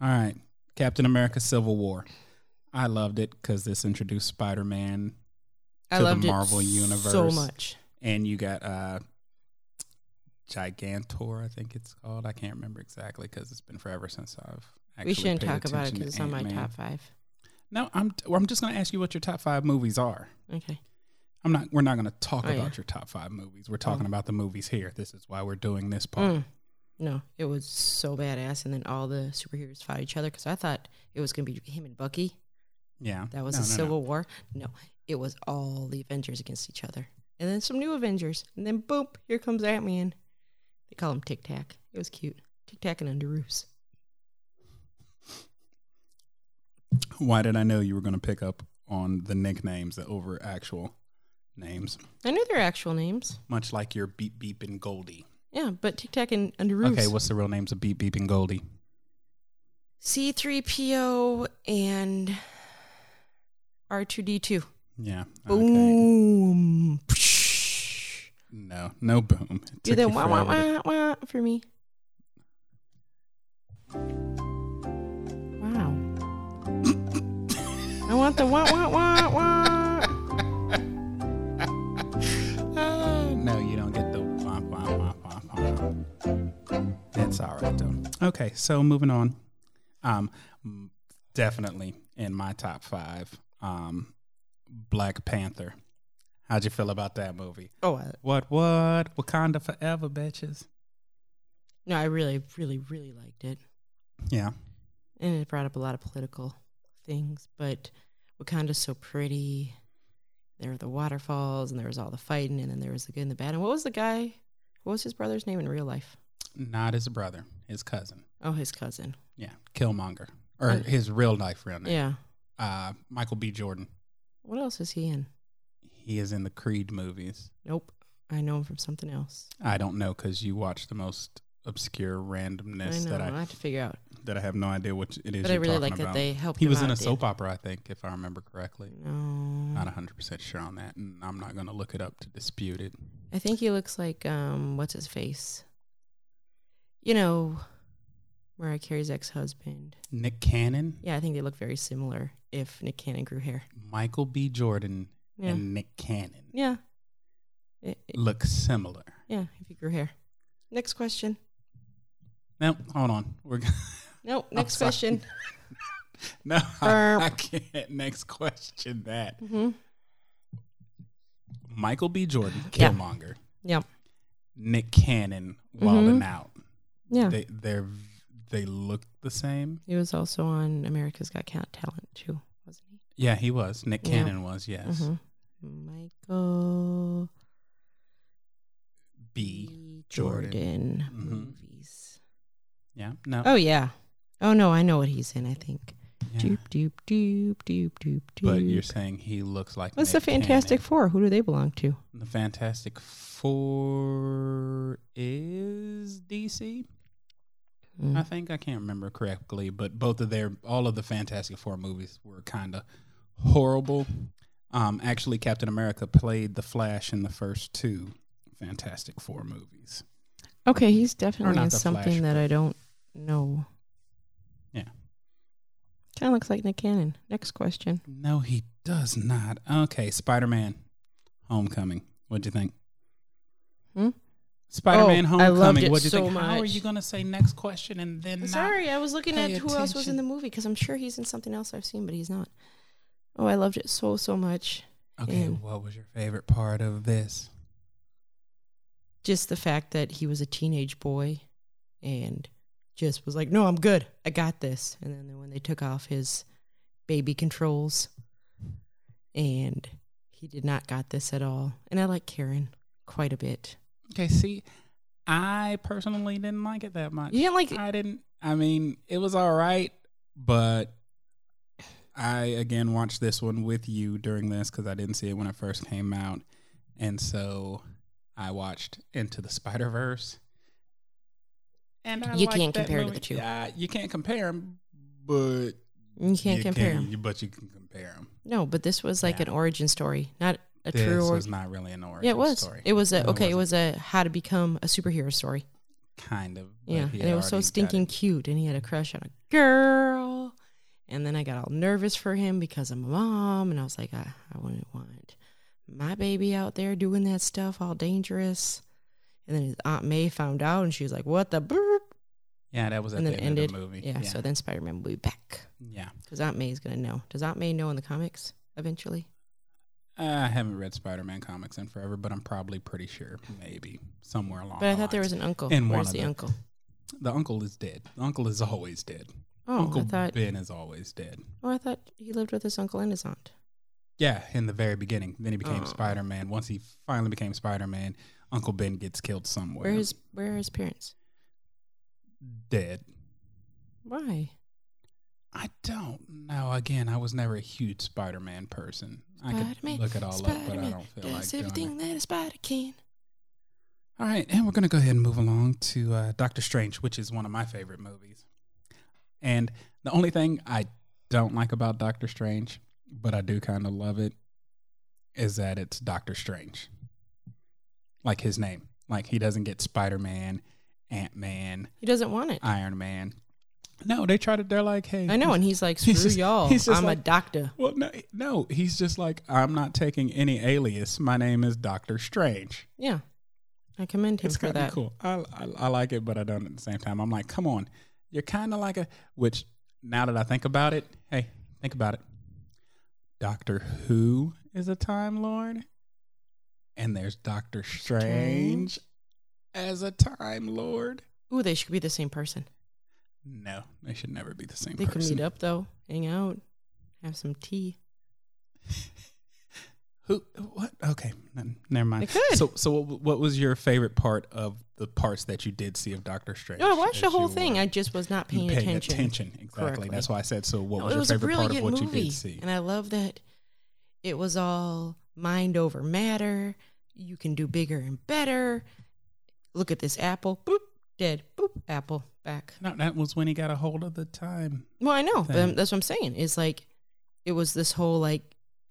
Speaker 1: All right, Captain America: Civil War. I loved it because this introduced Spider-Man,
Speaker 2: I
Speaker 1: To the
Speaker 2: loved
Speaker 1: Marvel
Speaker 2: it so
Speaker 1: Universe.
Speaker 2: much.
Speaker 1: and you got uh, Gigantor. I think it's called. I can't remember exactly because it's been forever since I've. Actually
Speaker 2: we shouldn't
Speaker 1: paid
Speaker 2: talk about
Speaker 1: attention
Speaker 2: it
Speaker 1: to
Speaker 2: because it's on my
Speaker 1: Ant-Man.
Speaker 2: top five.
Speaker 1: No, I'm. Well, I'm just going to ask you what your top five movies are.
Speaker 2: Okay.
Speaker 1: I'm not. We're not going to talk
Speaker 2: Oh, yeah. Oh.
Speaker 1: about your top five movies. We're talking about the movies here. This is why we're doing this part.
Speaker 2: Mm. No, it was so badass, and then all the superheroes fought each other because I thought it was gonna be him and Bucky.
Speaker 1: Yeah,
Speaker 2: That was
Speaker 1: No,
Speaker 2: a
Speaker 1: no, no.
Speaker 2: civil war. No, it was all the Avengers against each other, and then some new Avengers, and then boom, here comes Ant Man. They call him Tic Tac. It was cute. Tic Tac and Underoos.
Speaker 1: Why did I know you were going to pick up on the nicknames the over actual names?
Speaker 2: I knew their actual names.
Speaker 1: Much like your Beep Beep and Goldie.
Speaker 2: Yeah, but Tic Tac and Underoos.
Speaker 1: Okay, what's the real names of Beep Beep and Goldie?
Speaker 2: C3PO and R2D2.
Speaker 1: Yeah. Okay.
Speaker 2: Boom.
Speaker 1: No, no boom. It
Speaker 2: Do
Speaker 1: took
Speaker 2: the
Speaker 1: you
Speaker 2: wah wah
Speaker 1: forever to-
Speaker 2: wah wah for me. Wow. I want the wah wah wah wah.
Speaker 1: Ah, no, you don't get the wah wah wah wah wah. That's all right though. Okay, so moving on. Um, m- definitely in my top five. Um, Black Panther. How'd you feel about that movie?
Speaker 2: Oh, I,
Speaker 1: What, what? Wakanda forever, bitches.
Speaker 2: no, I really, really, really liked it.
Speaker 1: Yeah.
Speaker 2: and it brought up a lot of political things. But Wakanda's so pretty. There were the waterfalls, and there was all the fighting, and then there was the good and the bad. And what was the guy? What was his brother's name in real life?
Speaker 1: Not his brother, his cousin.
Speaker 2: Oh, his cousin.
Speaker 1: Yeah. Killmonger. Or
Speaker 2: Okay.
Speaker 1: his real life real name.
Speaker 2: Yeah.
Speaker 1: Uh, Michael B. Jordan.
Speaker 2: What else is he in?
Speaker 1: He is in the Creed movies.
Speaker 2: Nope. I know him from something else.
Speaker 1: I don't know because you watch the most obscure randomness
Speaker 2: I know.
Speaker 1: that
Speaker 2: I
Speaker 1: I
Speaker 2: have to figure out.
Speaker 1: that I have no idea what it is.
Speaker 2: But I
Speaker 1: you're
Speaker 2: really
Speaker 1: talking
Speaker 2: like
Speaker 1: about.
Speaker 2: that they helped.
Speaker 1: He
Speaker 2: him
Speaker 1: was in
Speaker 2: out Mm-hmm.
Speaker 1: a
Speaker 2: at the
Speaker 1: soap opera, I think, if I remember correctly.
Speaker 2: end. No.
Speaker 1: Not hundred percent sure on that, and I'm not going to look it up to dispute it.
Speaker 2: I think he looks like um, what's his face? You know, Mariah Carey's ex-husband.
Speaker 1: Nick Cannon,
Speaker 2: Yeah, I think they look very similar. If Nick Cannon grew hair.
Speaker 1: Michael B. Jordan,
Speaker 2: Yeah.
Speaker 1: and Nick Cannon
Speaker 2: Yeah. It- it-
Speaker 1: look similar.
Speaker 2: yeah, if you grew hair. Next question.
Speaker 1: No, hold on. We're g-
Speaker 2: No, next
Speaker 1: Oh, sorry.
Speaker 2: question.
Speaker 1: no, I,
Speaker 2: Burp.
Speaker 1: I can't. Next question. That
Speaker 2: hmm
Speaker 1: Michael B. Jordan,
Speaker 2: Yeah.
Speaker 1: Killmonger,
Speaker 2: Yep. Mm-hmm.
Speaker 1: Nick Cannon, Walden Out.
Speaker 2: Yeah.
Speaker 1: They they're they look the same.
Speaker 2: he was also on America's Got Count Talent too, wasn't he?
Speaker 1: Yeah, he was. Nick
Speaker 2: Yeah.
Speaker 1: Cannon was. Yes.
Speaker 2: hmm Michael
Speaker 1: B.
Speaker 2: B.
Speaker 1: Jordan.
Speaker 2: Jordan,
Speaker 1: Mhm.
Speaker 2: movies.
Speaker 1: Yeah. No.
Speaker 2: Oh yeah. Oh no, I know what he's in, I think.
Speaker 1: yeah.
Speaker 2: Doop doop doop doop doop doop.
Speaker 1: But you're saying he looks like
Speaker 2: What's
Speaker 1: Nick
Speaker 2: the Fantastic Four? Who do they belong to?
Speaker 1: Cannon. The Fantastic Four is DC.
Speaker 2: Mm.
Speaker 1: I think I can't remember correctly, but both of their all of the Fantastic Four movies were kind of horrible. Um, actually, Captain America played the Flash in the first two Fantastic Four movies.
Speaker 2: Okay, he's
Speaker 1: Or
Speaker 2: definitely
Speaker 1: not
Speaker 2: in
Speaker 1: the
Speaker 2: something
Speaker 1: Flash,
Speaker 2: that I don't know.
Speaker 1: Yeah.
Speaker 2: Kind of looks like Nick Cannon. Next question.
Speaker 1: No, he does not. Okay, Spider Man, Homecoming. What'd you think?
Speaker 2: Hmm?
Speaker 1: Spider Man
Speaker 2: Oh, I loved
Speaker 1: Homecoming.
Speaker 2: it
Speaker 1: What'd you
Speaker 2: so
Speaker 1: think? How are
Speaker 2: much.
Speaker 1: you gonna say next question and then not
Speaker 2: Sorry, I was looking at
Speaker 1: pay
Speaker 2: who else was in the movie because I'm sure he's in something else I've seen, but he's not. Oh, I loved it so so much.
Speaker 1: Okay,
Speaker 2: And-
Speaker 1: what was your favorite part of this?
Speaker 2: Just the fact that he was a teenage boy, and just was like, "No, I'm good. I got this." And then when they took off his baby controls, and he did not got this at all. And I like Karen quite a bit.
Speaker 1: Okay, see, I personally didn't like it that much.
Speaker 2: You didn't like
Speaker 1: I didn't. I mean, it was all right, but I again watched this one with you during this because I didn't see it when it first came out, and so I watched Into the Spider Verse. And
Speaker 2: You
Speaker 1: liked
Speaker 2: can't
Speaker 1: that
Speaker 2: compare the
Speaker 1: movie.
Speaker 2: two.
Speaker 1: Yeah, you can't compare them, but
Speaker 2: You can't compare
Speaker 1: can-
Speaker 2: him.
Speaker 1: but you can compare them.
Speaker 2: No, but this was like
Speaker 1: Yeah.
Speaker 2: an origin story, not a
Speaker 1: this
Speaker 2: true
Speaker 1: was
Speaker 2: origin.
Speaker 1: not really an origin
Speaker 2: Yeah, it was.
Speaker 1: story.
Speaker 2: It was a
Speaker 1: No,
Speaker 2: okay. It, was a how to become a superhero story.
Speaker 1: kind of. but
Speaker 2: Yeah,
Speaker 1: he
Speaker 2: and
Speaker 1: had
Speaker 2: it
Speaker 1: already
Speaker 2: was
Speaker 1: got
Speaker 2: so
Speaker 1: it.
Speaker 2: stinking cute, and he had a crush on a girl. And then I got all nervous for him because I'm a mom, and I was like, I, I wouldn't want my baby out there doing that stuff, all dangerous. And then his aunt May found out, and she was like, "What the?" Burp?
Speaker 1: Yeah, that was at
Speaker 2: And
Speaker 1: the
Speaker 2: then
Speaker 1: end
Speaker 2: ended.
Speaker 1: of the movie.
Speaker 2: Yeah, So then Spider Man will be back
Speaker 1: yeah.
Speaker 2: because Aunt May's gonna know. Does Aunt May know in the comics eventually?
Speaker 1: I haven't read Spider-Man comics in forever, but I'm probably pretty sure, maybe somewhere along.
Speaker 2: But I
Speaker 1: the
Speaker 2: thought there was
Speaker 1: lines.
Speaker 2: an uncle.
Speaker 1: In one
Speaker 2: Where's
Speaker 1: of
Speaker 2: the
Speaker 1: the-
Speaker 2: uncle?
Speaker 1: the uncle is dead. The uncle is always dead.
Speaker 2: Oh,
Speaker 1: uncle
Speaker 2: I thought.
Speaker 1: Ben is always dead.
Speaker 2: Oh, I thought he lived with his uncle and his aunt.
Speaker 1: Yeah, in the very beginning. Then he became
Speaker 2: Oh.
Speaker 1: Spider-Man. Once he finally became Spider-Man, Uncle Ben gets killed somewhere.
Speaker 2: Where his Where are his parents?
Speaker 1: dead?
Speaker 2: Why?
Speaker 1: I don't know. Again, I was never a huge Spider-Man person. I
Speaker 2: Spider-Man,
Speaker 1: could look it all up, but I
Speaker 2: Spider-Man
Speaker 1: don't feel
Speaker 2: does
Speaker 1: like doing it.
Speaker 2: everything that a spider can.
Speaker 1: All right, and we're going to go ahead and move along to uh, Doctor Strange, which is one of my favorite movies. And the only thing I don't like about Doctor Strange, but I do kind of love it, is that it's Doctor Strange. Like his name. Like he doesn't get Spider Man, Ant Man,
Speaker 2: He doesn't want it.
Speaker 1: Iron Man. No, they try to, they're like, hey.
Speaker 2: I know, and he's like, screw
Speaker 1: He's just-
Speaker 2: y'all.
Speaker 1: he's just
Speaker 2: I'm a
Speaker 1: like-
Speaker 2: doctor.
Speaker 1: Well, no, no, he's just like, I'm not taking any alias. My name is Doctor Strange.
Speaker 2: Yeah, I commend him
Speaker 1: it's
Speaker 2: for
Speaker 1: kind
Speaker 2: that.
Speaker 1: of cool. I, I I like it, but I don't at the same time. I'm like, come on, you're kind of like a. Which now that I think about it, hey, think about it. Doctor Who is a Time Lord, and there's Doctor Strange as a Time Lord.
Speaker 2: Ooh, they should be the same person.
Speaker 1: No, they should never be the same
Speaker 2: They
Speaker 1: person.
Speaker 2: could meet up though, hang out, have some tea.
Speaker 1: Who? What? Okay, n- never mind.
Speaker 2: They could.
Speaker 1: So, so what, what was your favorite part of the parts that you did see of Doctor Strange?
Speaker 2: No, I watched the
Speaker 1: as
Speaker 2: whole
Speaker 1: you
Speaker 2: thing.
Speaker 1: were-
Speaker 2: I just was not
Speaker 1: you
Speaker 2: paying,
Speaker 1: paying
Speaker 2: attention.
Speaker 1: Exactly. That's
Speaker 2: correctly.
Speaker 1: why I said. So, what
Speaker 2: No,
Speaker 1: was
Speaker 2: it
Speaker 1: your
Speaker 2: was a
Speaker 1: favorite
Speaker 2: really
Speaker 1: part of
Speaker 2: good
Speaker 1: what
Speaker 2: movie,
Speaker 1: you did see?
Speaker 2: and I love that it was all mind over matter. You can do bigger and better. Look at this apple, boop, dead, boop, apple back.
Speaker 1: No, that was when he got a hold of the time.
Speaker 2: Well, I know, but
Speaker 1: thing.
Speaker 2: that's what I'm saying. Is like it was this whole like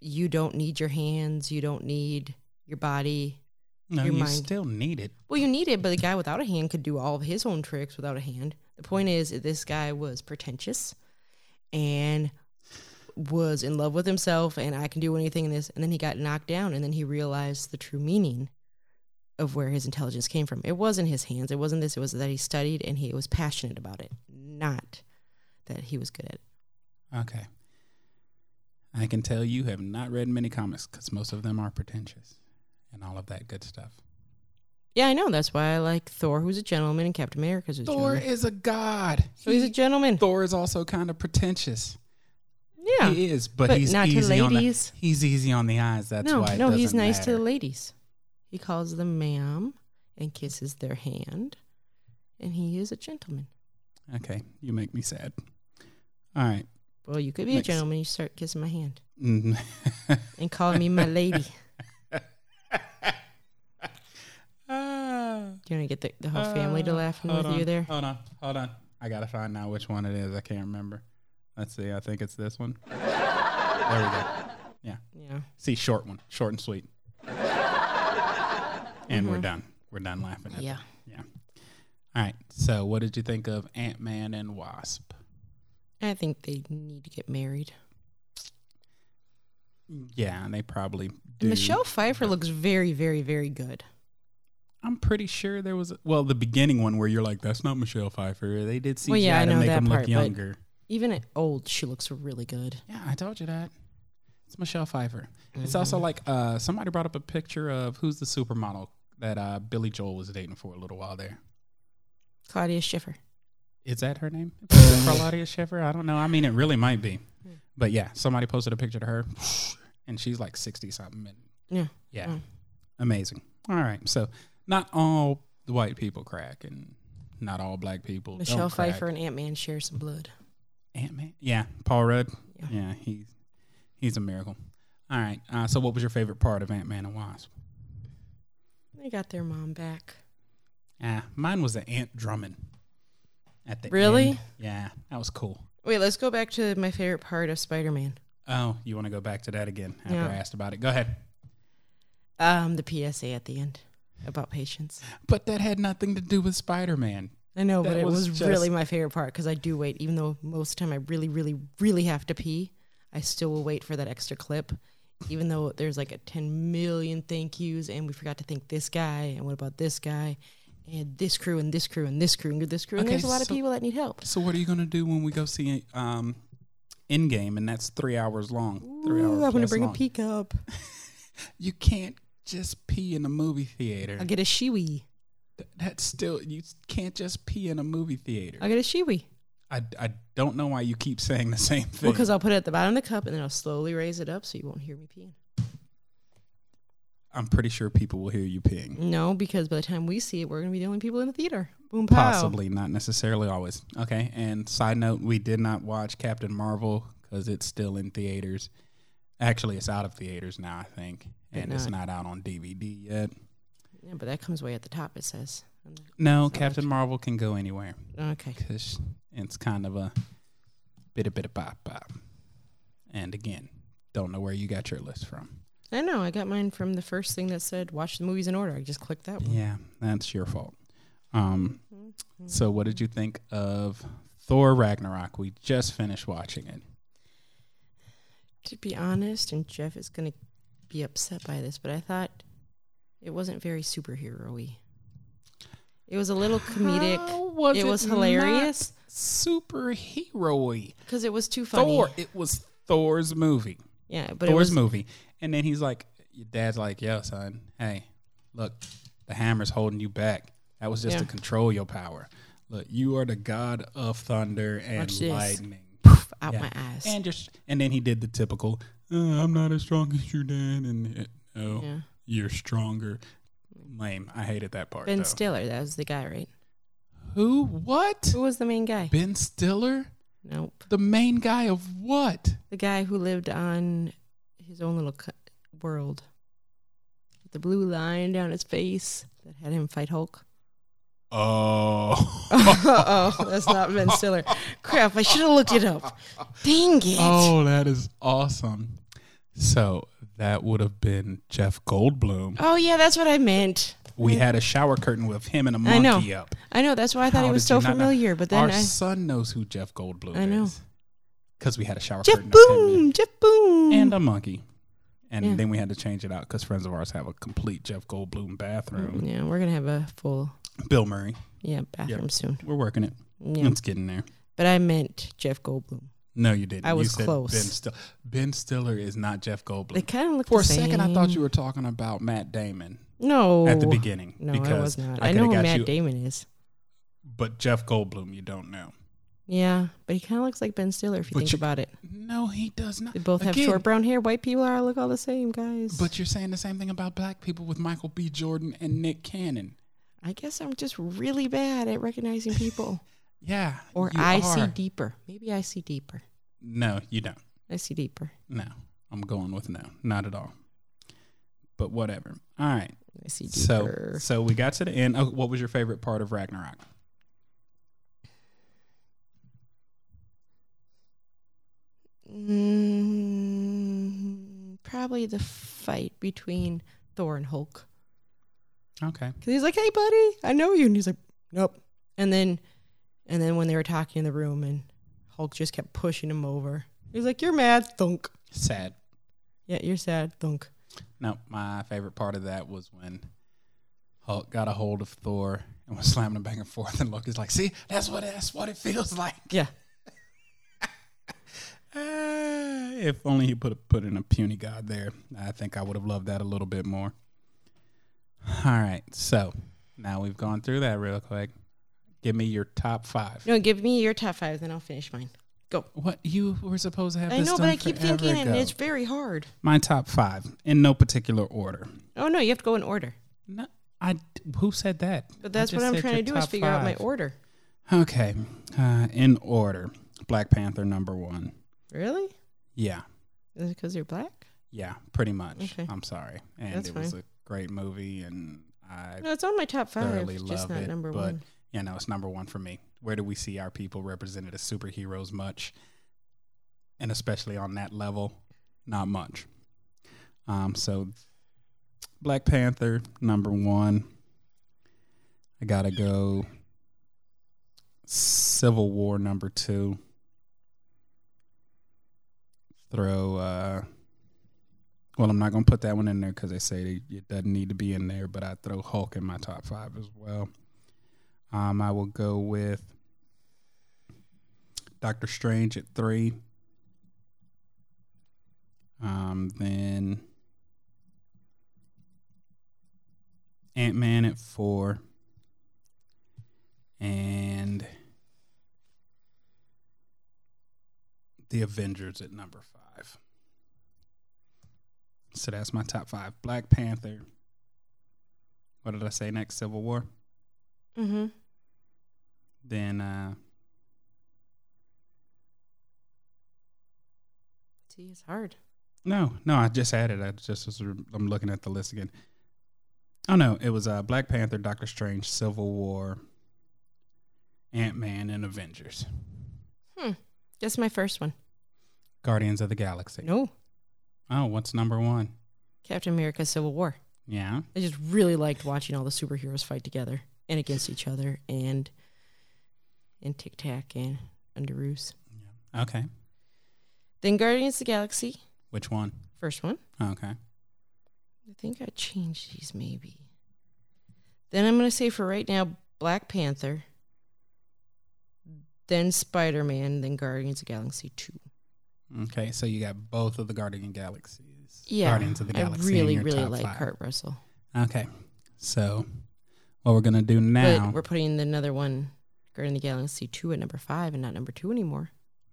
Speaker 2: you don't need your hands, you don't need your body.
Speaker 1: No,
Speaker 2: Your
Speaker 1: you
Speaker 2: mind.
Speaker 1: still need it.
Speaker 2: Well, you need it, but the guy without a hand could do all of his own tricks without a hand. The point is, that this guy was pretentious and was in love with himself, and I can do anything in this. And then he got knocked down, and then he realized the true meaning of where his intelligence came from. It wasn't his hands, it wasn't this, it was that he studied and he was passionate about it, not that he was good at it.
Speaker 1: Okay. I can tell you have not read many comics because most of them are pretentious and all of that good stuff.
Speaker 2: Yeah, I know. That's why I like Thor, who's a gentleman, and Captain America's a
Speaker 1: Thor
Speaker 2: gentleman.
Speaker 1: is a god.
Speaker 2: So he's a gentleman.
Speaker 1: Thor is also kind of pretentious.
Speaker 2: yeah.
Speaker 1: He is, but,
Speaker 2: but
Speaker 1: he's
Speaker 2: not to
Speaker 1: easy on the
Speaker 2: ladies.
Speaker 1: he's easy on the eyes. That's
Speaker 2: no,
Speaker 1: why. It
Speaker 2: no, he's
Speaker 1: doesn't
Speaker 2: nice to the
Speaker 1: matter.
Speaker 2: ladies. He calls them ma'am and kisses their hand, and he is a gentleman.
Speaker 1: Okay, you make me sad. All right.
Speaker 2: Well, you could be
Speaker 1: Makes-
Speaker 2: a gentleman. You start kissing my hand
Speaker 1: Mm.
Speaker 2: and call me my lady.
Speaker 1: Ah.
Speaker 2: Do you want to get the, the whole family to
Speaker 1: Uh,
Speaker 2: laughing
Speaker 1: hold
Speaker 2: with you
Speaker 1: on,
Speaker 2: there?
Speaker 1: Hold on, hold on. I gotta find out which one it is. I can't remember. Let's see. I think it's this one. there we go. Yeah.
Speaker 2: Yeah.
Speaker 1: See, short one, short and sweet. and we're done. We're done laughing. At
Speaker 2: Mm-hmm. Yeah.
Speaker 1: that. Yeah. All right. So, what did you think of Ant Man and Wasp?
Speaker 2: I think they need to get married.
Speaker 1: Yeah, and they probably do.
Speaker 2: Michelle Pfeiffer looks very, very, very good.
Speaker 1: I'm pretty sure there was a, well the beginning one where you're like, that's not Michelle Pfeiffer. They did CGI
Speaker 2: Well, yeah, I
Speaker 1: to
Speaker 2: know
Speaker 1: make
Speaker 2: that
Speaker 1: them
Speaker 2: part,
Speaker 1: look
Speaker 2: but-
Speaker 1: younger.
Speaker 2: Even at old, she looks really good.
Speaker 1: Yeah, I told you that. It's Michelle Pfeiffer.
Speaker 2: Mm-hmm.
Speaker 1: It's also like uh, somebody brought up a picture of who's the supermodel that uh, Billy Joel was dating for a little while there.
Speaker 2: Claudia Schiffer.
Speaker 1: Is that her name?
Speaker 2: Uh,
Speaker 1: Claudia Schiffer? I don't know. I mean, it really might be.
Speaker 2: Hmm.
Speaker 1: But yeah, somebody posted a picture to her, and she's like sixty something. and
Speaker 2: Yeah.
Speaker 1: Yeah,
Speaker 2: Mm.
Speaker 1: amazing. All right, so not all the white people crack, and not all black people.
Speaker 2: Michelle Pfeiffer and Ant Man share some blood.
Speaker 1: Ant Man. Yeah, Paul Rudd.
Speaker 2: Yeah.
Speaker 1: Yeah, he's he's a miracle. All right. Uh, so, what was your favorite part of Ant Man and Wasp?
Speaker 2: They got their mom back.
Speaker 1: Ah, mine was the ant drumming. At the
Speaker 2: Really?
Speaker 1: end. Yeah, that was cool.
Speaker 2: Wait, let's go back to my favorite part of Spider Man.
Speaker 1: Oh, you want to go back to that again after
Speaker 2: Yeah.
Speaker 1: I asked about it? Go ahead.
Speaker 2: Um, the PSA at the end about patience.
Speaker 1: But that had nothing to do with Spider Man.
Speaker 2: I know,
Speaker 1: That
Speaker 2: but it
Speaker 1: was
Speaker 2: was
Speaker 1: just-
Speaker 2: really my favorite part because I do wait, even though most of the time I really, really, really have to pee. I still will wait for that extra clip, even though there's like a 10 million thank yous, and we forgot to thank this guy, and what about this guy, and this crew, and this crew, and this crew, and this crew. And
Speaker 1: Okay,
Speaker 2: there's a lot of
Speaker 1: so-
Speaker 2: people that need help.
Speaker 1: So, what are you going to do when we go see um, Endgame? And that's three hours long. Three hours
Speaker 2: Ooh, I'm gonna
Speaker 1: plus
Speaker 2: bring
Speaker 1: long.
Speaker 2: a pee cup.
Speaker 1: You can't just pee in a movie theater.
Speaker 2: I'll get a shiwi.
Speaker 1: Th- That's still, you can't just pee in a movie theater.
Speaker 2: I'll get a shiwi.
Speaker 1: I, I don't know why you keep saying the same
Speaker 2: Well,
Speaker 1: thing.
Speaker 2: because I'll put it at the bottom of the cup and then I'll slowly raise it up so you won't hear me peeing.
Speaker 1: I'm pretty sure people will hear you peeing.
Speaker 2: No, because by the time we see it, we're going to be the only people in the theater. Boom, pow.
Speaker 1: Possibly, not necessarily always. Okay. And side note, we did not watch Captain Marvel because it's still in theaters. Actually, it's out of theaters now, I think,
Speaker 2: But
Speaker 1: and it's
Speaker 2: not-
Speaker 1: not out on DVD yet.
Speaker 2: Yeah, but that comes way at the top, it says. And the-
Speaker 1: No,
Speaker 2: So
Speaker 1: Captain Marvel can go anywhere
Speaker 2: Okay.
Speaker 1: because it's kind of a bit a bit of bop bop. And again, don't know where you got your list from.
Speaker 2: I know. I got mine from the first thing that said watch the movies in order. I just clicked that one.
Speaker 1: Yeah, that's your fault. Um, so what did you think of Thor Ragnarok? We just finished watching it.
Speaker 2: To be honest, and Jeff is going to be upset by this, but I thought it wasn't very superhero y. It was a little comedic
Speaker 1: How was
Speaker 2: it was hilarious.
Speaker 1: not superhero-y.
Speaker 2: because it was too funny.
Speaker 1: Thor. It was Thor's movie.
Speaker 2: Yeah, but it
Speaker 1: Thor's
Speaker 2: was
Speaker 1: movie. And then he's like, your dad's like, yo, son, hey, look, the hammer's holding you back. That was just
Speaker 2: Yeah.
Speaker 1: to control your power. Look, you are the god of thunder and
Speaker 2: Watch this.
Speaker 1: lightning.
Speaker 2: out
Speaker 1: Yeah.
Speaker 2: my eyes.
Speaker 1: And just and then he did the typical, uh, I'm not as strong as you, Dad, and uh, no,
Speaker 2: yeah.
Speaker 1: you're stronger. Lame. I hated that part.
Speaker 2: Ben
Speaker 1: though.
Speaker 2: Stiller, that was the guy, right?
Speaker 1: Who? What?
Speaker 2: Who was the main guy?
Speaker 1: Ben Stiller?
Speaker 2: Nope.
Speaker 1: The main guy of what?
Speaker 2: The guy who lived on his own little co- world. With the blue line down his face that had him fight Hulk.
Speaker 1: Oh.
Speaker 2: oh, that's not Ben Stiller. Crap, I should have looked it up. Dang it.
Speaker 1: Oh, that is awesome. So that would have been Jeff Goldblum.
Speaker 2: Oh, yeah, that's what I meant.
Speaker 1: We had a shower curtain with him and a
Speaker 2: I know.
Speaker 1: monkey up.
Speaker 2: I know, that's why I thought he
Speaker 1: How
Speaker 2: was
Speaker 1: did you
Speaker 2: so
Speaker 1: not know?
Speaker 2: familiar, but then
Speaker 1: Our
Speaker 2: I.
Speaker 1: son knows who Jeff Goldblum
Speaker 2: I know.
Speaker 1: is. Because we had a shower
Speaker 2: Jeff
Speaker 1: curtain of him
Speaker 2: Boom! Jeff Boom!
Speaker 1: and a monkey. And
Speaker 2: Yeah.
Speaker 1: then we had to change it out because friends of ours have a complete Jeff Goldblum bathroom.
Speaker 2: Mm, yeah, we're going to have a full
Speaker 1: Bill Murray,
Speaker 2: yeah bathroom soon.
Speaker 1: we're working it.
Speaker 2: Mm-hmm. Yeah.
Speaker 1: It's getting there.
Speaker 2: But I meant Jeff Goldblum.
Speaker 1: No, you didn't.
Speaker 2: I
Speaker 1: you
Speaker 2: was
Speaker 1: said
Speaker 2: close.
Speaker 1: Ben, Still- ben Stiller is not Jeff Goldblum.
Speaker 2: They kind of look
Speaker 1: For
Speaker 2: the
Speaker 1: a second, I thought
Speaker 2: same.
Speaker 1: you were talking about Matt Damon.
Speaker 2: no
Speaker 1: at the beginning.
Speaker 2: No,
Speaker 1: because
Speaker 2: I was not. I,
Speaker 1: coulda
Speaker 2: know who
Speaker 1: got
Speaker 2: Matt
Speaker 1: you-
Speaker 2: Damon is.
Speaker 1: But Jeff Goldblum, you don't know.
Speaker 2: Yeah, but he kind of looks like Ben Stiller if you
Speaker 1: But
Speaker 2: think
Speaker 1: you-
Speaker 2: about it.
Speaker 1: No, he does not.
Speaker 2: They both have
Speaker 1: Again,
Speaker 2: short brown hair. White people are look all the same, guys.
Speaker 1: But you're saying the same thing about black people with Michael B. Jordan and Nick Cannon.
Speaker 2: I guess I'm just really bad at recognizing people.
Speaker 1: Yeah.
Speaker 2: Or
Speaker 1: you
Speaker 2: I see
Speaker 1: are.
Speaker 2: deeper. Maybe I see deeper.
Speaker 1: No, you don't.
Speaker 2: I see deeper.
Speaker 1: No, I'm going with no. Not at all. But whatever. All right.
Speaker 2: I see
Speaker 1: So,
Speaker 2: deeper.
Speaker 1: so we got to the end. Oh, what was your favorite part of Ragnarok?
Speaker 2: Mm, probably the fight between Thor and Hulk.
Speaker 1: Okay.
Speaker 2: Cause he's like, "Hey, buddy, I know you," and he's like, "Nope." And then, and then when they were talking in the room, and Hulk just kept pushing him over. He's like, "You're mad, thunk."
Speaker 1: Sad.
Speaker 2: Yeah, you're sad, thunk.
Speaker 1: No, my favorite part of that was when Hulk got a hold of Thor and was slamming him back and forth, and Loki's like, "See, that's what that's what it feels like."
Speaker 2: Yeah,
Speaker 1: Ah, if only he put put in a puny god there, I think I would have loved that a little bit more. All right, so now we've gone through that real quick. Give me your top five.
Speaker 2: no, give me your top five, then I'll finish mine. Go.
Speaker 1: What you were supposed to have?
Speaker 2: I
Speaker 1: this
Speaker 2: know, but
Speaker 1: done
Speaker 2: I keep
Speaker 1: forever
Speaker 2: thinking, and
Speaker 1: ago.
Speaker 2: it's very hard.
Speaker 1: my top five in no particular order.
Speaker 2: Oh no, you have to go in order.
Speaker 1: No, I. Who said that?
Speaker 2: But
Speaker 1: I
Speaker 2: that's what
Speaker 1: just
Speaker 2: I'm
Speaker 1: said
Speaker 2: trying to
Speaker 1: your
Speaker 2: do is
Speaker 1: top
Speaker 2: figure out my
Speaker 1: five.
Speaker 2: order.
Speaker 1: Okay, uh, in order, Black Panther number one.
Speaker 2: Really?
Speaker 1: Yeah,
Speaker 2: Is it because you're black?
Speaker 1: yeah, pretty much.
Speaker 2: Okay.
Speaker 1: I'm sorry, and
Speaker 2: That's
Speaker 1: it was a great movie, and I,
Speaker 2: No, it's on my top five.
Speaker 1: thoroughly
Speaker 2: Just
Speaker 1: love
Speaker 2: not
Speaker 1: it,
Speaker 2: number
Speaker 1: but
Speaker 2: one.
Speaker 1: you know, it's number one for me. Where do we see our people represented as superheroes much, and especially on that level, not much. Um, so Black Panther number one. I gotta go. Civil War number two. Throw. Uh, well, I'm not gonna put that one in there because they say it doesn't need to be in there, but I throw Hulk in my top five as well. Um, I will go with Doctor Strange at three. Um, then Ant Man at four. And the Avengers at number five. So that's my top five. Black Panther. What did I say next? Civil War?
Speaker 2: Mm-hmm.
Speaker 1: Then uh
Speaker 2: See, it's hard.
Speaker 1: No, no, I just added. I just was, I'm looking at the list again. Oh no, it was uh, Black Panther, Doctor Strange, Civil War, Ant Man, and Avengers,
Speaker 2: That's my first one.
Speaker 1: Guardians of the Galaxy.
Speaker 2: No,
Speaker 1: Oh, what's number one?
Speaker 2: Captain America: Civil War.
Speaker 1: Yeah,
Speaker 2: I just really liked watching all the superheroes fight together and against each other and and Tic Tac and Underoos.
Speaker 1: okay.
Speaker 2: Then Guardians of the Galaxy,
Speaker 1: Which one?
Speaker 2: first one.
Speaker 1: Okay,
Speaker 2: I think I changed these maybe. Then I'm gonna say for right now Black Panther, then Spider Man, then Guardians of the Galaxy two.
Speaker 1: okay. So you got both of the Guardian Galaxies. is Guardians of the Galaxy.
Speaker 2: I
Speaker 1: in
Speaker 2: really,
Speaker 1: your
Speaker 2: really
Speaker 1: top
Speaker 2: like
Speaker 1: five.
Speaker 2: Kurt Russell.
Speaker 1: Okay, so what we're gonna do
Speaker 2: But
Speaker 1: now?
Speaker 2: we're putting another one, Guardian of the Galaxy 2 at number 5 and not number 2 anymore.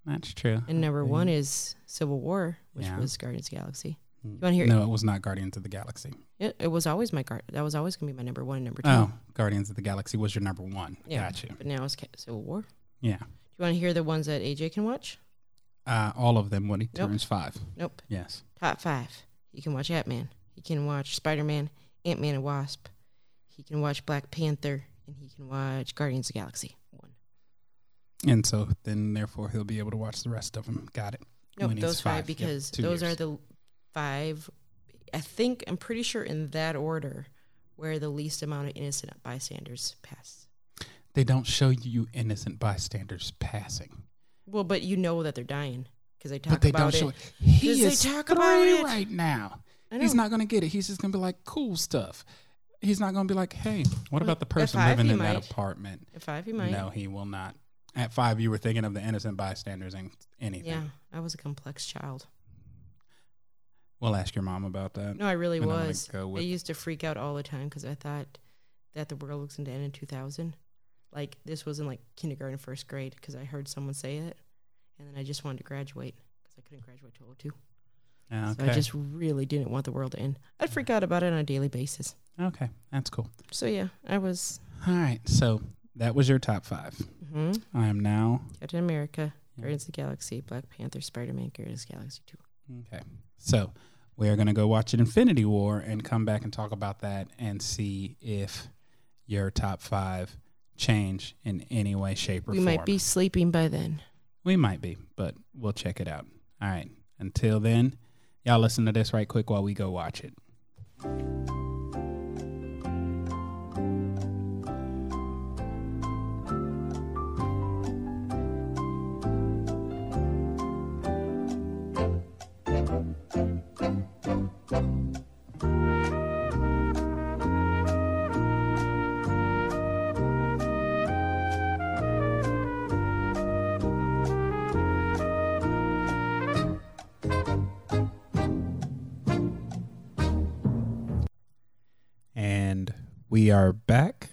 Speaker 1: That's true.
Speaker 2: And number 1 is Civil War, which
Speaker 1: Yeah.
Speaker 2: was Guardians of the Galaxy. You want to hear
Speaker 1: No, it was not Guardians of the Galaxy.
Speaker 2: it, it was always my guard. That was always going to be my number 1 and number 2.
Speaker 1: Oh, Guardians of the Galaxy was your number one.
Speaker 2: Yeah.
Speaker 1: Gotcha.
Speaker 2: But now it's Ca- Civil War. Do
Speaker 1: Yeah.
Speaker 2: you want to hear the ones that AJ can watch?
Speaker 1: Uh, all of them when he
Speaker 2: Nope.
Speaker 1: turns five.
Speaker 2: Nope.
Speaker 1: Yes.
Speaker 2: Top 5. He can watch Ant-Man. He can watch Spider-Man, Ant-Man and Wasp. He can watch Black Panther and he can watch Guardians of the Galaxy 1.
Speaker 1: And so then, therefore, he'll be able to watch the rest of them. Got it.
Speaker 2: No,
Speaker 1: When he's
Speaker 2: those five,
Speaker 1: five, yep,
Speaker 2: because
Speaker 1: two
Speaker 2: those
Speaker 1: years.
Speaker 2: are the five. I think I'm pretty sure in that order where the least amount of innocent bystanders pass.
Speaker 1: They don't show you innocent bystanders passing,
Speaker 2: Well, but you know that they're dying because they talk
Speaker 1: but they
Speaker 2: about
Speaker 1: don't show
Speaker 2: it.
Speaker 1: it. He
Speaker 2: 'Cause they
Speaker 1: is
Speaker 2: talk
Speaker 1: three
Speaker 2: about it.
Speaker 1: right now.
Speaker 2: I
Speaker 1: He's
Speaker 2: know.
Speaker 1: not going to get it. He's just going to be like, "Cool stuff." He's not going to be like, "Hey, what about the
Speaker 2: at
Speaker 1: person
Speaker 2: five,
Speaker 1: living
Speaker 2: he
Speaker 1: in that
Speaker 2: might.
Speaker 1: apartment?"
Speaker 2: At five, you might.
Speaker 1: No, he will not. At five, you were thinking of the innocent bystanders and anything.
Speaker 2: yeah, I was a complex child.
Speaker 1: We'll ask your mom about that.
Speaker 2: No, I really
Speaker 1: And I'm gonna
Speaker 2: was.
Speaker 1: go with-
Speaker 2: I used to freak out all the time because I thought that the world was going to end in 2000. Like this was in like kindergarten, first grade because I heard someone say it, and then I just wanted to graduate because I couldn't graduate till 02.
Speaker 1: Yeah,
Speaker 2: So I just really didn't want the world to end. I'd freak out about it on a daily basis.
Speaker 1: okay, that's cool.
Speaker 2: So yeah, I was
Speaker 1: All right, so that was your top five.
Speaker 2: mhm,
Speaker 1: I am now
Speaker 2: Captain America,
Speaker 1: Yeah.
Speaker 2: Guardians of the Galaxy, Black Panther, Spider Man, Guardians of the Galaxy Two.
Speaker 1: Okay. So we are going to go watch an Infinity War and come back and talk about that and see if your top five change in any way, shape, or
Speaker 2: We
Speaker 1: form.
Speaker 2: might be sleeping by then.
Speaker 1: We might be, but we'll check it out. All right. Until then, y'all listen to this right quick while we go watch it. And we are back.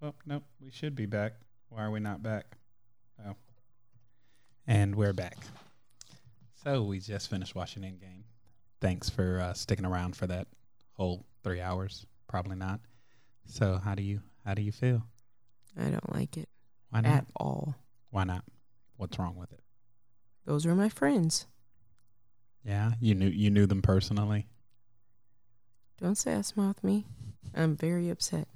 Speaker 1: Well, nope. We should be back. Why are we not back? Oh. And we're back. So we just finished watching Endgame. Thanks for uh, sticking around for that whole three hours. Probably not. So how do you how do you feel?
Speaker 2: I don't like it
Speaker 1: Why not?
Speaker 2: at all.
Speaker 1: Why not? What's wrong with it?
Speaker 2: Those were my friends.
Speaker 1: Yeah, you knew you knew them personally.
Speaker 2: Don't say ass mouth me. I'm very upset.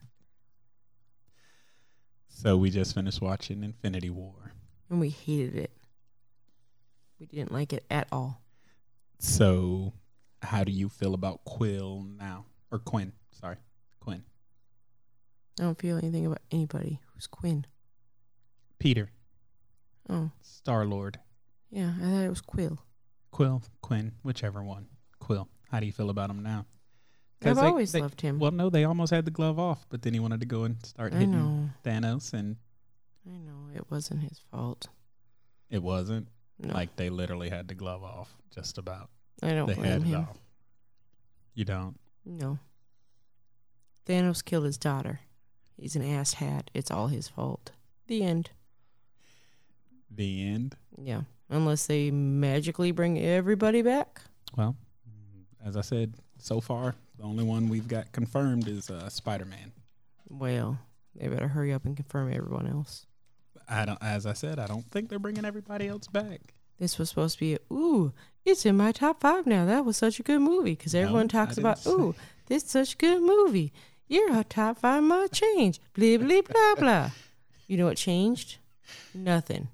Speaker 1: So we just finished watching Infinity War.
Speaker 2: And we hated it. We didn't like it at all.
Speaker 1: So, how do you feel about Quill now? Or Quinn, sorry. Quinn.
Speaker 2: I don't feel anything about anybody. Who's Quinn?
Speaker 1: Peter,
Speaker 2: Oh,
Speaker 1: Star Lord,
Speaker 2: yeah, I thought it was Quill.
Speaker 1: Quill, Quinn, whichever one. Quill. How do you feel about him now? 'Cause
Speaker 2: I've
Speaker 1: they-
Speaker 2: always
Speaker 1: they-
Speaker 2: loved him.
Speaker 1: Well, no, they almost had the glove off, but then he wanted to go and start
Speaker 2: I
Speaker 1: hitting
Speaker 2: know.
Speaker 1: Thanos, and
Speaker 2: I know. It wasn't his fault.
Speaker 1: it wasn't.
Speaker 2: No,
Speaker 1: Like, they literally had the glove off, just about.
Speaker 2: I don't
Speaker 1: they
Speaker 2: blame
Speaker 1: had it
Speaker 2: him.
Speaker 1: off. You don't?
Speaker 2: No. Thanos killed his daughter. He's an ass hat. It's all his fault. The end.
Speaker 1: The end?
Speaker 2: Yeah. Unless they magically bring everybody back.
Speaker 1: Well, as I said, so far, the only one we've got confirmed is uh, Spider Man.
Speaker 2: Well, they better hurry up and confirm everyone else.
Speaker 1: I don't. As I said, I don't think they're bringing everybody else back.
Speaker 2: This was supposed to be, a, ooh, it's in my top five now. That was such a good movie because
Speaker 1: No,
Speaker 2: everyone
Speaker 1: I
Speaker 2: talks
Speaker 1: didn't
Speaker 2: about,
Speaker 1: say-
Speaker 2: ooh, this is such a good movie. Your top five might change. Blah, blah, blah, blah. You know what changed? Nothing.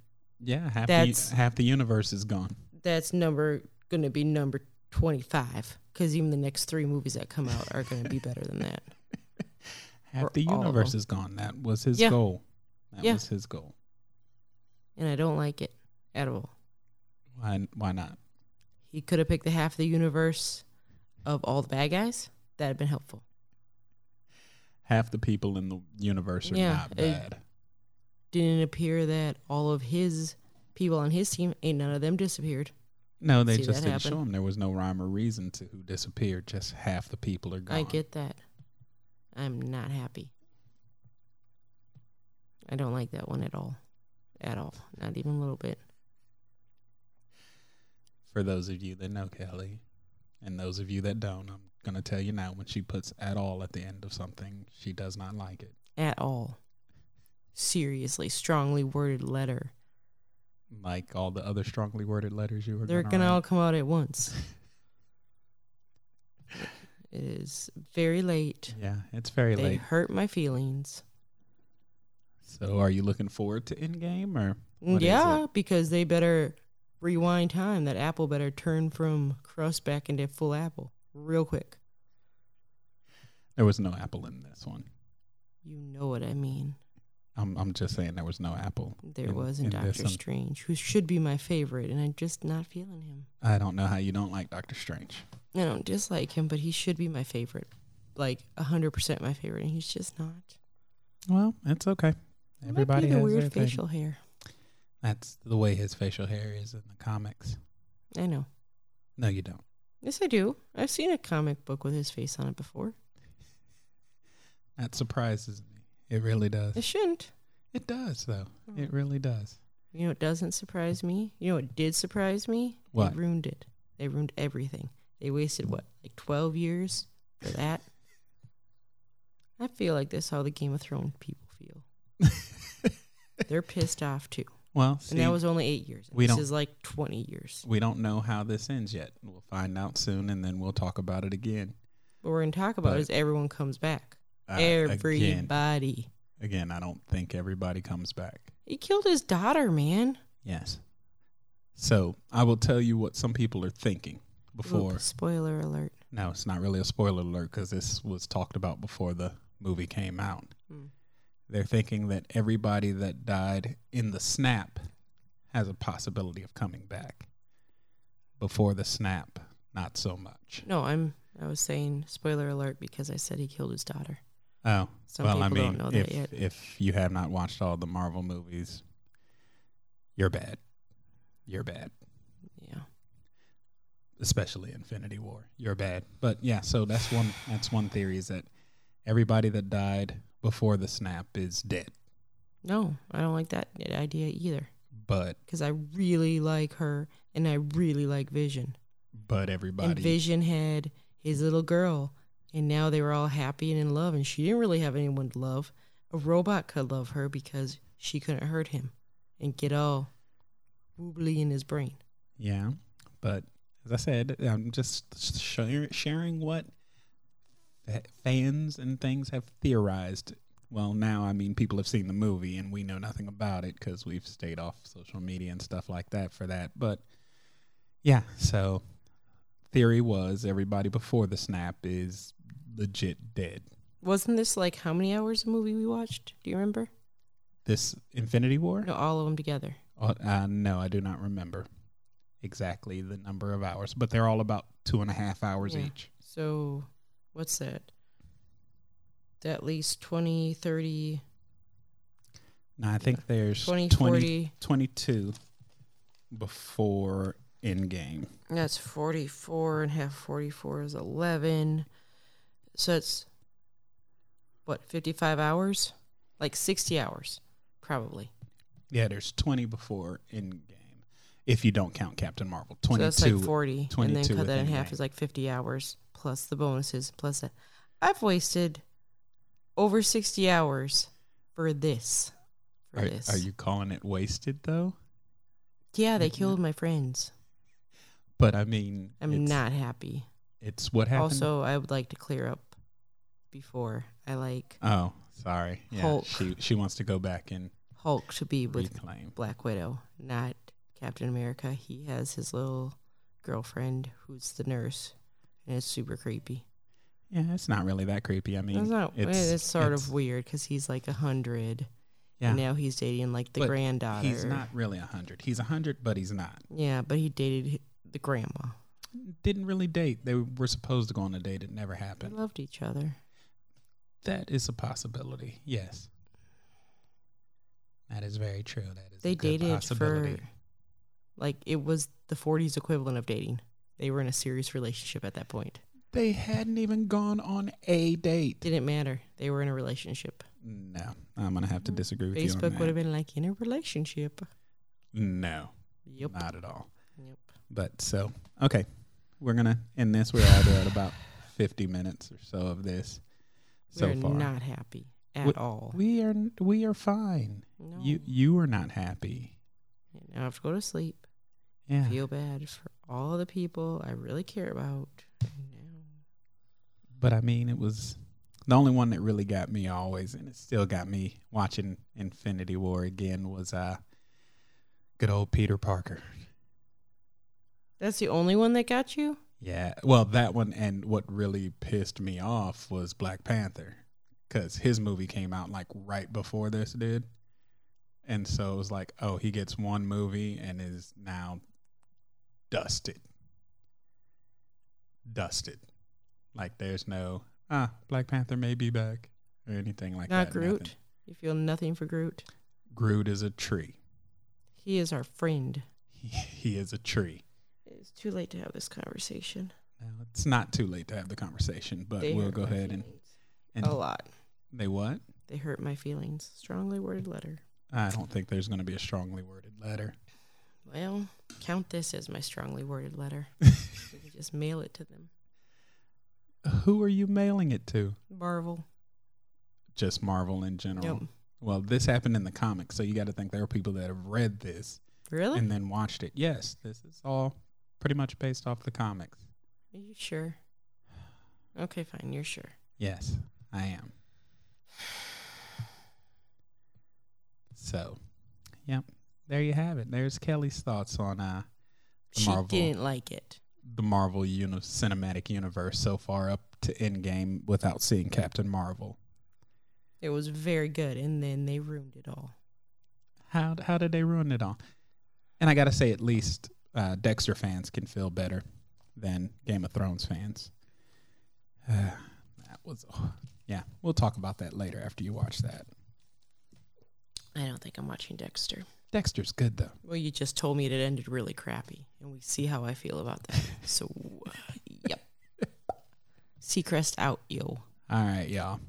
Speaker 1: Yeah, half
Speaker 2: That's-
Speaker 1: the half the universe is gone.
Speaker 2: that's number going to be number 25 because even the next three movies that come out are going to be better than that Or
Speaker 1: Half the
Speaker 2: all of
Speaker 1: universe
Speaker 2: them.
Speaker 1: is gone. That was his
Speaker 2: Yeah.
Speaker 1: goal. That
Speaker 2: Yeah.
Speaker 1: was his goal.
Speaker 2: and i don't like it at all
Speaker 1: Why? Why not?
Speaker 2: he could have picked the half of the universe of all the bad guys that had been helpful
Speaker 1: Half the people in the universe are
Speaker 2: Yeah,
Speaker 1: not
Speaker 2: it-
Speaker 1: bad.
Speaker 2: didn't appear that all of his people on his team ain't none of them disappeared
Speaker 1: No, they
Speaker 2: See
Speaker 1: just
Speaker 2: that
Speaker 1: didn't
Speaker 2: happen.
Speaker 1: show him. There was no rhyme or reason to who disappeared. Just half the people are gone.
Speaker 2: I get that. I'm not happy. I don't like that one at all. At all. Not even a little bit.
Speaker 1: For those of you that know Kelly, and those of you that don't, I'm gonna tell you now. When she puts "at all" at the end of something, she does not like it.
Speaker 2: At all. Seriously, strongly worded letter.
Speaker 1: Like all the other strongly worded letters you were.
Speaker 2: They're
Speaker 1: gonna
Speaker 2: going to all
Speaker 1: write.
Speaker 2: come out at once. it is very late.
Speaker 1: Yeah, it's very
Speaker 2: they
Speaker 1: late.
Speaker 2: hurt my feelings.
Speaker 1: So, are you looking forward to Endgame or? What is
Speaker 2: yeah, because they better rewind time. That apple better turn from crust back into full apple real quick.
Speaker 1: There was no apple in this one.
Speaker 2: You know what I mean.
Speaker 1: I'm I'm just saying there was no apple.
Speaker 2: There
Speaker 1: in-
Speaker 2: was in
Speaker 1: this
Speaker 2: Doctor
Speaker 1: one.
Speaker 2: Strange, who should be my favorite, and I'm just not feeling him.
Speaker 1: I don't know how you don't like Doctor Strange.
Speaker 2: I don't dislike him, but he should be my favorite, like hundred percent my favorite, and he's just not.
Speaker 1: Well, it's okay.
Speaker 2: It might be
Speaker 1: Everybody
Speaker 2: the
Speaker 1: has
Speaker 2: weird
Speaker 1: their thing.
Speaker 2: facial hair.
Speaker 1: That's the way his facial hair is in the comics.
Speaker 2: I know.
Speaker 1: No, you don't.
Speaker 2: Yes, I do. I've seen a comic book with his face on it before.
Speaker 1: That surprises me. It really does.
Speaker 2: It shouldn't.
Speaker 1: It does, though.
Speaker 2: Mm.
Speaker 1: It really does.
Speaker 2: You know what doesn't surprise me? You know what did surprise me?
Speaker 1: What?
Speaker 2: They ruined it. They ruined everything. They wasted what, like twelve years for that? I feel like that's how the Game of Thrones people feel. They're pissed off too.
Speaker 1: Well, see,
Speaker 2: and that was only eight years.
Speaker 1: we
Speaker 2: this
Speaker 1: don't-
Speaker 2: is like twenty years.
Speaker 1: we don't know how this ends yet. We'll find out soon, and then we'll talk about it again.
Speaker 2: What we're gonna talk about
Speaker 1: But-
Speaker 2: is everyone comes back.
Speaker 1: Uh, Again,
Speaker 2: Everybody.
Speaker 1: again, I don't think everybody comes back.
Speaker 2: He killed his daughter, man.
Speaker 1: Yes. So I will tell you what some people are thinking before.
Speaker 2: Oop, spoiler alert.
Speaker 1: No, it's not really a spoiler alert because this was talked about before the movie came out.
Speaker 2: Hmm.
Speaker 1: They're thinking that everybody that died in the snap has a possibility of coming back. Before the snap, not so much.
Speaker 2: No, I'm. I was saying spoiler alert because I said he killed his daughter.
Speaker 1: Oh,
Speaker 2: Some
Speaker 1: well, I
Speaker 2: people
Speaker 1: mean,
Speaker 2: don't know
Speaker 1: if,
Speaker 2: that yet.
Speaker 1: if you have not watched all the Marvel movies, you're bad. You're bad.
Speaker 2: Yeah.
Speaker 1: especially Infinity War. You're bad, but yeah. So that's one. That's one theory is that everybody that died before the snap is dead.
Speaker 2: No, I don't like that idea either.
Speaker 1: But
Speaker 2: Because I really like her and I really like Vision.
Speaker 1: but
Speaker 2: And
Speaker 1: everybody.
Speaker 2: Vision had his little girl, and now they were all happy and in love, and she didn't really have anyone to love. A robot could love her because she couldn't hurt him and get all woobly in his brain.
Speaker 1: yeah, but as I said, I'm just share, sharing what fa- fans and things have theorized. Well, now I mean people have seen the movie and we know nothing about it because we've stayed off social media and stuff like that for that. But yeah, so theory was everybody before the snap is legit dead.
Speaker 2: Wasn't this like how many hours of movie we watched? Do you remember?
Speaker 1: This Infinity War?
Speaker 2: No, all of them together.
Speaker 1: Uh, uh, no, I do not remember exactly the number of hours, but they're all about two and a half hours
Speaker 2: Yeah.
Speaker 1: each.
Speaker 2: So, what's that? At least 20, 30,
Speaker 1: No, I think there's
Speaker 2: 20,
Speaker 1: 20,
Speaker 2: 40.
Speaker 1: 22 before Endgame.
Speaker 2: That's 44 and half 44 is 11. So it's what 55 hours? Like 60 hours probably.
Speaker 1: Yeah, there's 20 before Endgame, if you don't count Captain Marvel.
Speaker 2: So
Speaker 1: 22.
Speaker 2: that's like 40 and then
Speaker 1: 22
Speaker 2: cut that in
Speaker 1: within
Speaker 2: half
Speaker 1: that.
Speaker 2: is like 50 hours plus the bonuses plus that. I've wasted over 60 hours for this. For
Speaker 1: are,
Speaker 2: this.
Speaker 1: are you calling it wasted, though?
Speaker 2: yeah, they
Speaker 1: Mhm.
Speaker 2: killed my friends.
Speaker 1: But I mean,
Speaker 2: I'm
Speaker 1: it's,
Speaker 2: not happy.
Speaker 1: It's what happened.
Speaker 2: Also, I would like to clear up before I like
Speaker 1: oh, sorry. Yeah,
Speaker 2: Hulk.
Speaker 1: She, she wants to go back and
Speaker 2: Hulk to be with
Speaker 1: reclaim.
Speaker 2: Black Widow, not Captain America. He has his little girlfriend who's the nurse, and it's super creepy.
Speaker 1: Yeah, it's not really that creepy. I mean,
Speaker 2: It's not. It's, sort
Speaker 1: it's-
Speaker 2: of weird because he's like a hundred,
Speaker 1: Yeah.
Speaker 2: and now he's dating like the
Speaker 1: But
Speaker 2: granddaughter.
Speaker 1: He's not really a hundred. He's a hundred, but he's not.
Speaker 2: Yeah, but he dated hi- the grandma.
Speaker 1: Didn't really date. They were supposed to go on a date. It never
Speaker 2: They
Speaker 1: happened.
Speaker 2: loved each other.
Speaker 1: That is a possibility. Yes, that is very true. That is
Speaker 2: They
Speaker 1: a good
Speaker 2: dated for
Speaker 1: possibility.
Speaker 2: Like it was the 40s equivalent of dating. They were in a serious relationship at that point.
Speaker 1: They hadn't even gone on a date.
Speaker 2: Didn't matter. They were in a relationship.
Speaker 1: No, I'm gonna have to disagree with you.
Speaker 2: Mm-hmm. Facebook
Speaker 1: on
Speaker 2: would
Speaker 1: that.
Speaker 2: have been like in a relationship.
Speaker 1: No,
Speaker 2: Yep.
Speaker 1: not at all.
Speaker 2: Yep.
Speaker 1: But so okay, we're gonna end this. We're out at about 50 minutes or so of this. So
Speaker 2: We're
Speaker 1: far,
Speaker 2: not happy at
Speaker 1: We-
Speaker 2: all.
Speaker 1: we are we are fine.
Speaker 2: no.
Speaker 1: You you are not happy.
Speaker 2: And I have to go to sleep.
Speaker 1: Yeah.
Speaker 2: Feel bad for all the people I really care about. No.
Speaker 1: But I mean, it was the only one that really got me always, and it still got me watching Infinity War again was uh, good old Peter Parker.
Speaker 2: That's the only one that got you?
Speaker 1: Yeah. Well, that one, and what really pissed me off was Black Panther, because his movie came out like right before this did. And so it was like, oh, he gets one movie and is now dusted. Dusted. Like, there's no, ah, Black Panther may be back or anything like
Speaker 2: Not
Speaker 1: that.
Speaker 2: Groot.
Speaker 1: nothing.
Speaker 2: You feel nothing for Groot.
Speaker 1: Groot is a tree.
Speaker 2: He is our friend.
Speaker 1: He, he is a tree.
Speaker 2: It's too late to have this conversation.
Speaker 1: Now, it's not too late to have the conversation, but
Speaker 2: They Oh,
Speaker 1: we'll
Speaker 2: hurt
Speaker 1: go
Speaker 2: my
Speaker 1: ahead and,
Speaker 2: feelings.
Speaker 1: and.
Speaker 2: a lot.
Speaker 1: They what?
Speaker 2: They hurt my feelings. Strongly worded letter.
Speaker 1: I don't think there's going to be a strongly worded letter.
Speaker 2: Well, count this as my strongly worded letter. we can just mail it to them.
Speaker 1: Who are you mailing it to?
Speaker 2: Marvel.
Speaker 1: Just Marvel in general.
Speaker 2: Nope.
Speaker 1: Well, this happened in the comics, so you got to think there are people that have read this
Speaker 2: Really?
Speaker 1: and then watched it. Yes, this is all pretty much based off the comics.
Speaker 2: Are you sure? Okay, fine. You're sure.
Speaker 1: Yes, I am. So, yep, there you have it. There's Kelly's thoughts on uh, The
Speaker 2: she
Speaker 1: Marvel.
Speaker 2: didn't like it.
Speaker 1: the Marvel uni- cinematic universe so far up to Endgame without seeing Captain Marvel.
Speaker 2: It was very good, and then they ruined it all.
Speaker 1: How how did they ruin it all? And I gotta say, at least uh, Dexter fans can feel better than Game of Thrones fans. Uh, that was, yeah. We'll talk about that later after you watch that.
Speaker 2: I don't think I'm watching Dexter.
Speaker 1: Dexter's good though.
Speaker 2: Well, you just told me it ended really crappy, and we see how I feel about that. so, uh, yep. Seacrest out, yo.
Speaker 1: All right, y'all.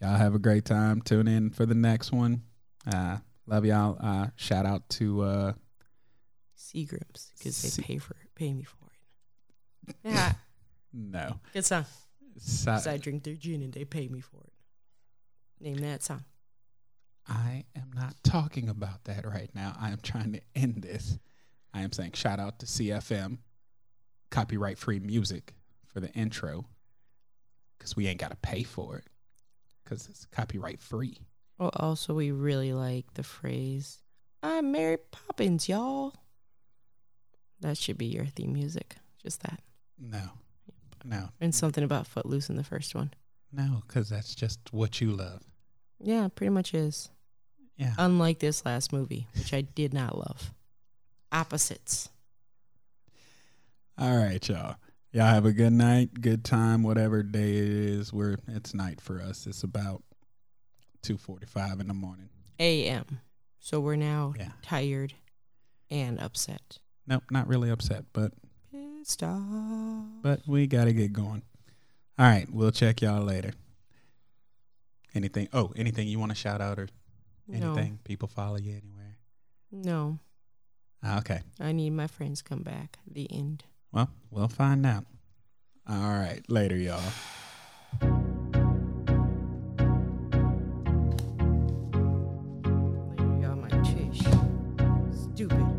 Speaker 1: Y'all have a great time. Tune in for the next one. Uh, love y'all. Uh, shout out to uh,
Speaker 2: Seagrams, because they
Speaker 1: Se-
Speaker 2: pay for pay me for it. Yeah,
Speaker 1: no
Speaker 2: good song.
Speaker 1: Si-
Speaker 2: 'Cause I drink their gin and they pay me for it. Name that song.
Speaker 1: I am not talking about that right now. I am trying to end this. I am saying shout out to CFM, copyright free music for the intro, because we ain't got to pay for it, because it's copyright free.
Speaker 2: Well, Oh, also, we really like the phrase, I'm Mary Poppins, y'all. That should be your theme music. Just that.
Speaker 1: No, no,
Speaker 2: And something about Footloose in the first one.
Speaker 1: no, because that's just what you love.
Speaker 2: Yeah, pretty much is.
Speaker 1: Yeah.
Speaker 2: Unlike this last movie, which I did not love. Opposites.
Speaker 1: All right, y'all. Y'all have a good night, good time, whatever day it is. We're it's night for us. It's about two forty five in the morning.
Speaker 2: AM. So we're now
Speaker 1: Yeah.
Speaker 2: tired and upset.
Speaker 1: Nope, not really upset, but
Speaker 2: Pissed off.
Speaker 1: but we gotta get going. All right, we'll check y'all later. Anything? Oh, anything you want to shout out or anything? People follow you anywhere?
Speaker 2: No,
Speaker 1: Ah, Okay,
Speaker 2: no. I need my friends to come back. The end.
Speaker 1: well, we'll find out. All right, later, y'all.
Speaker 2: Later, y'all, my tish. Stupid.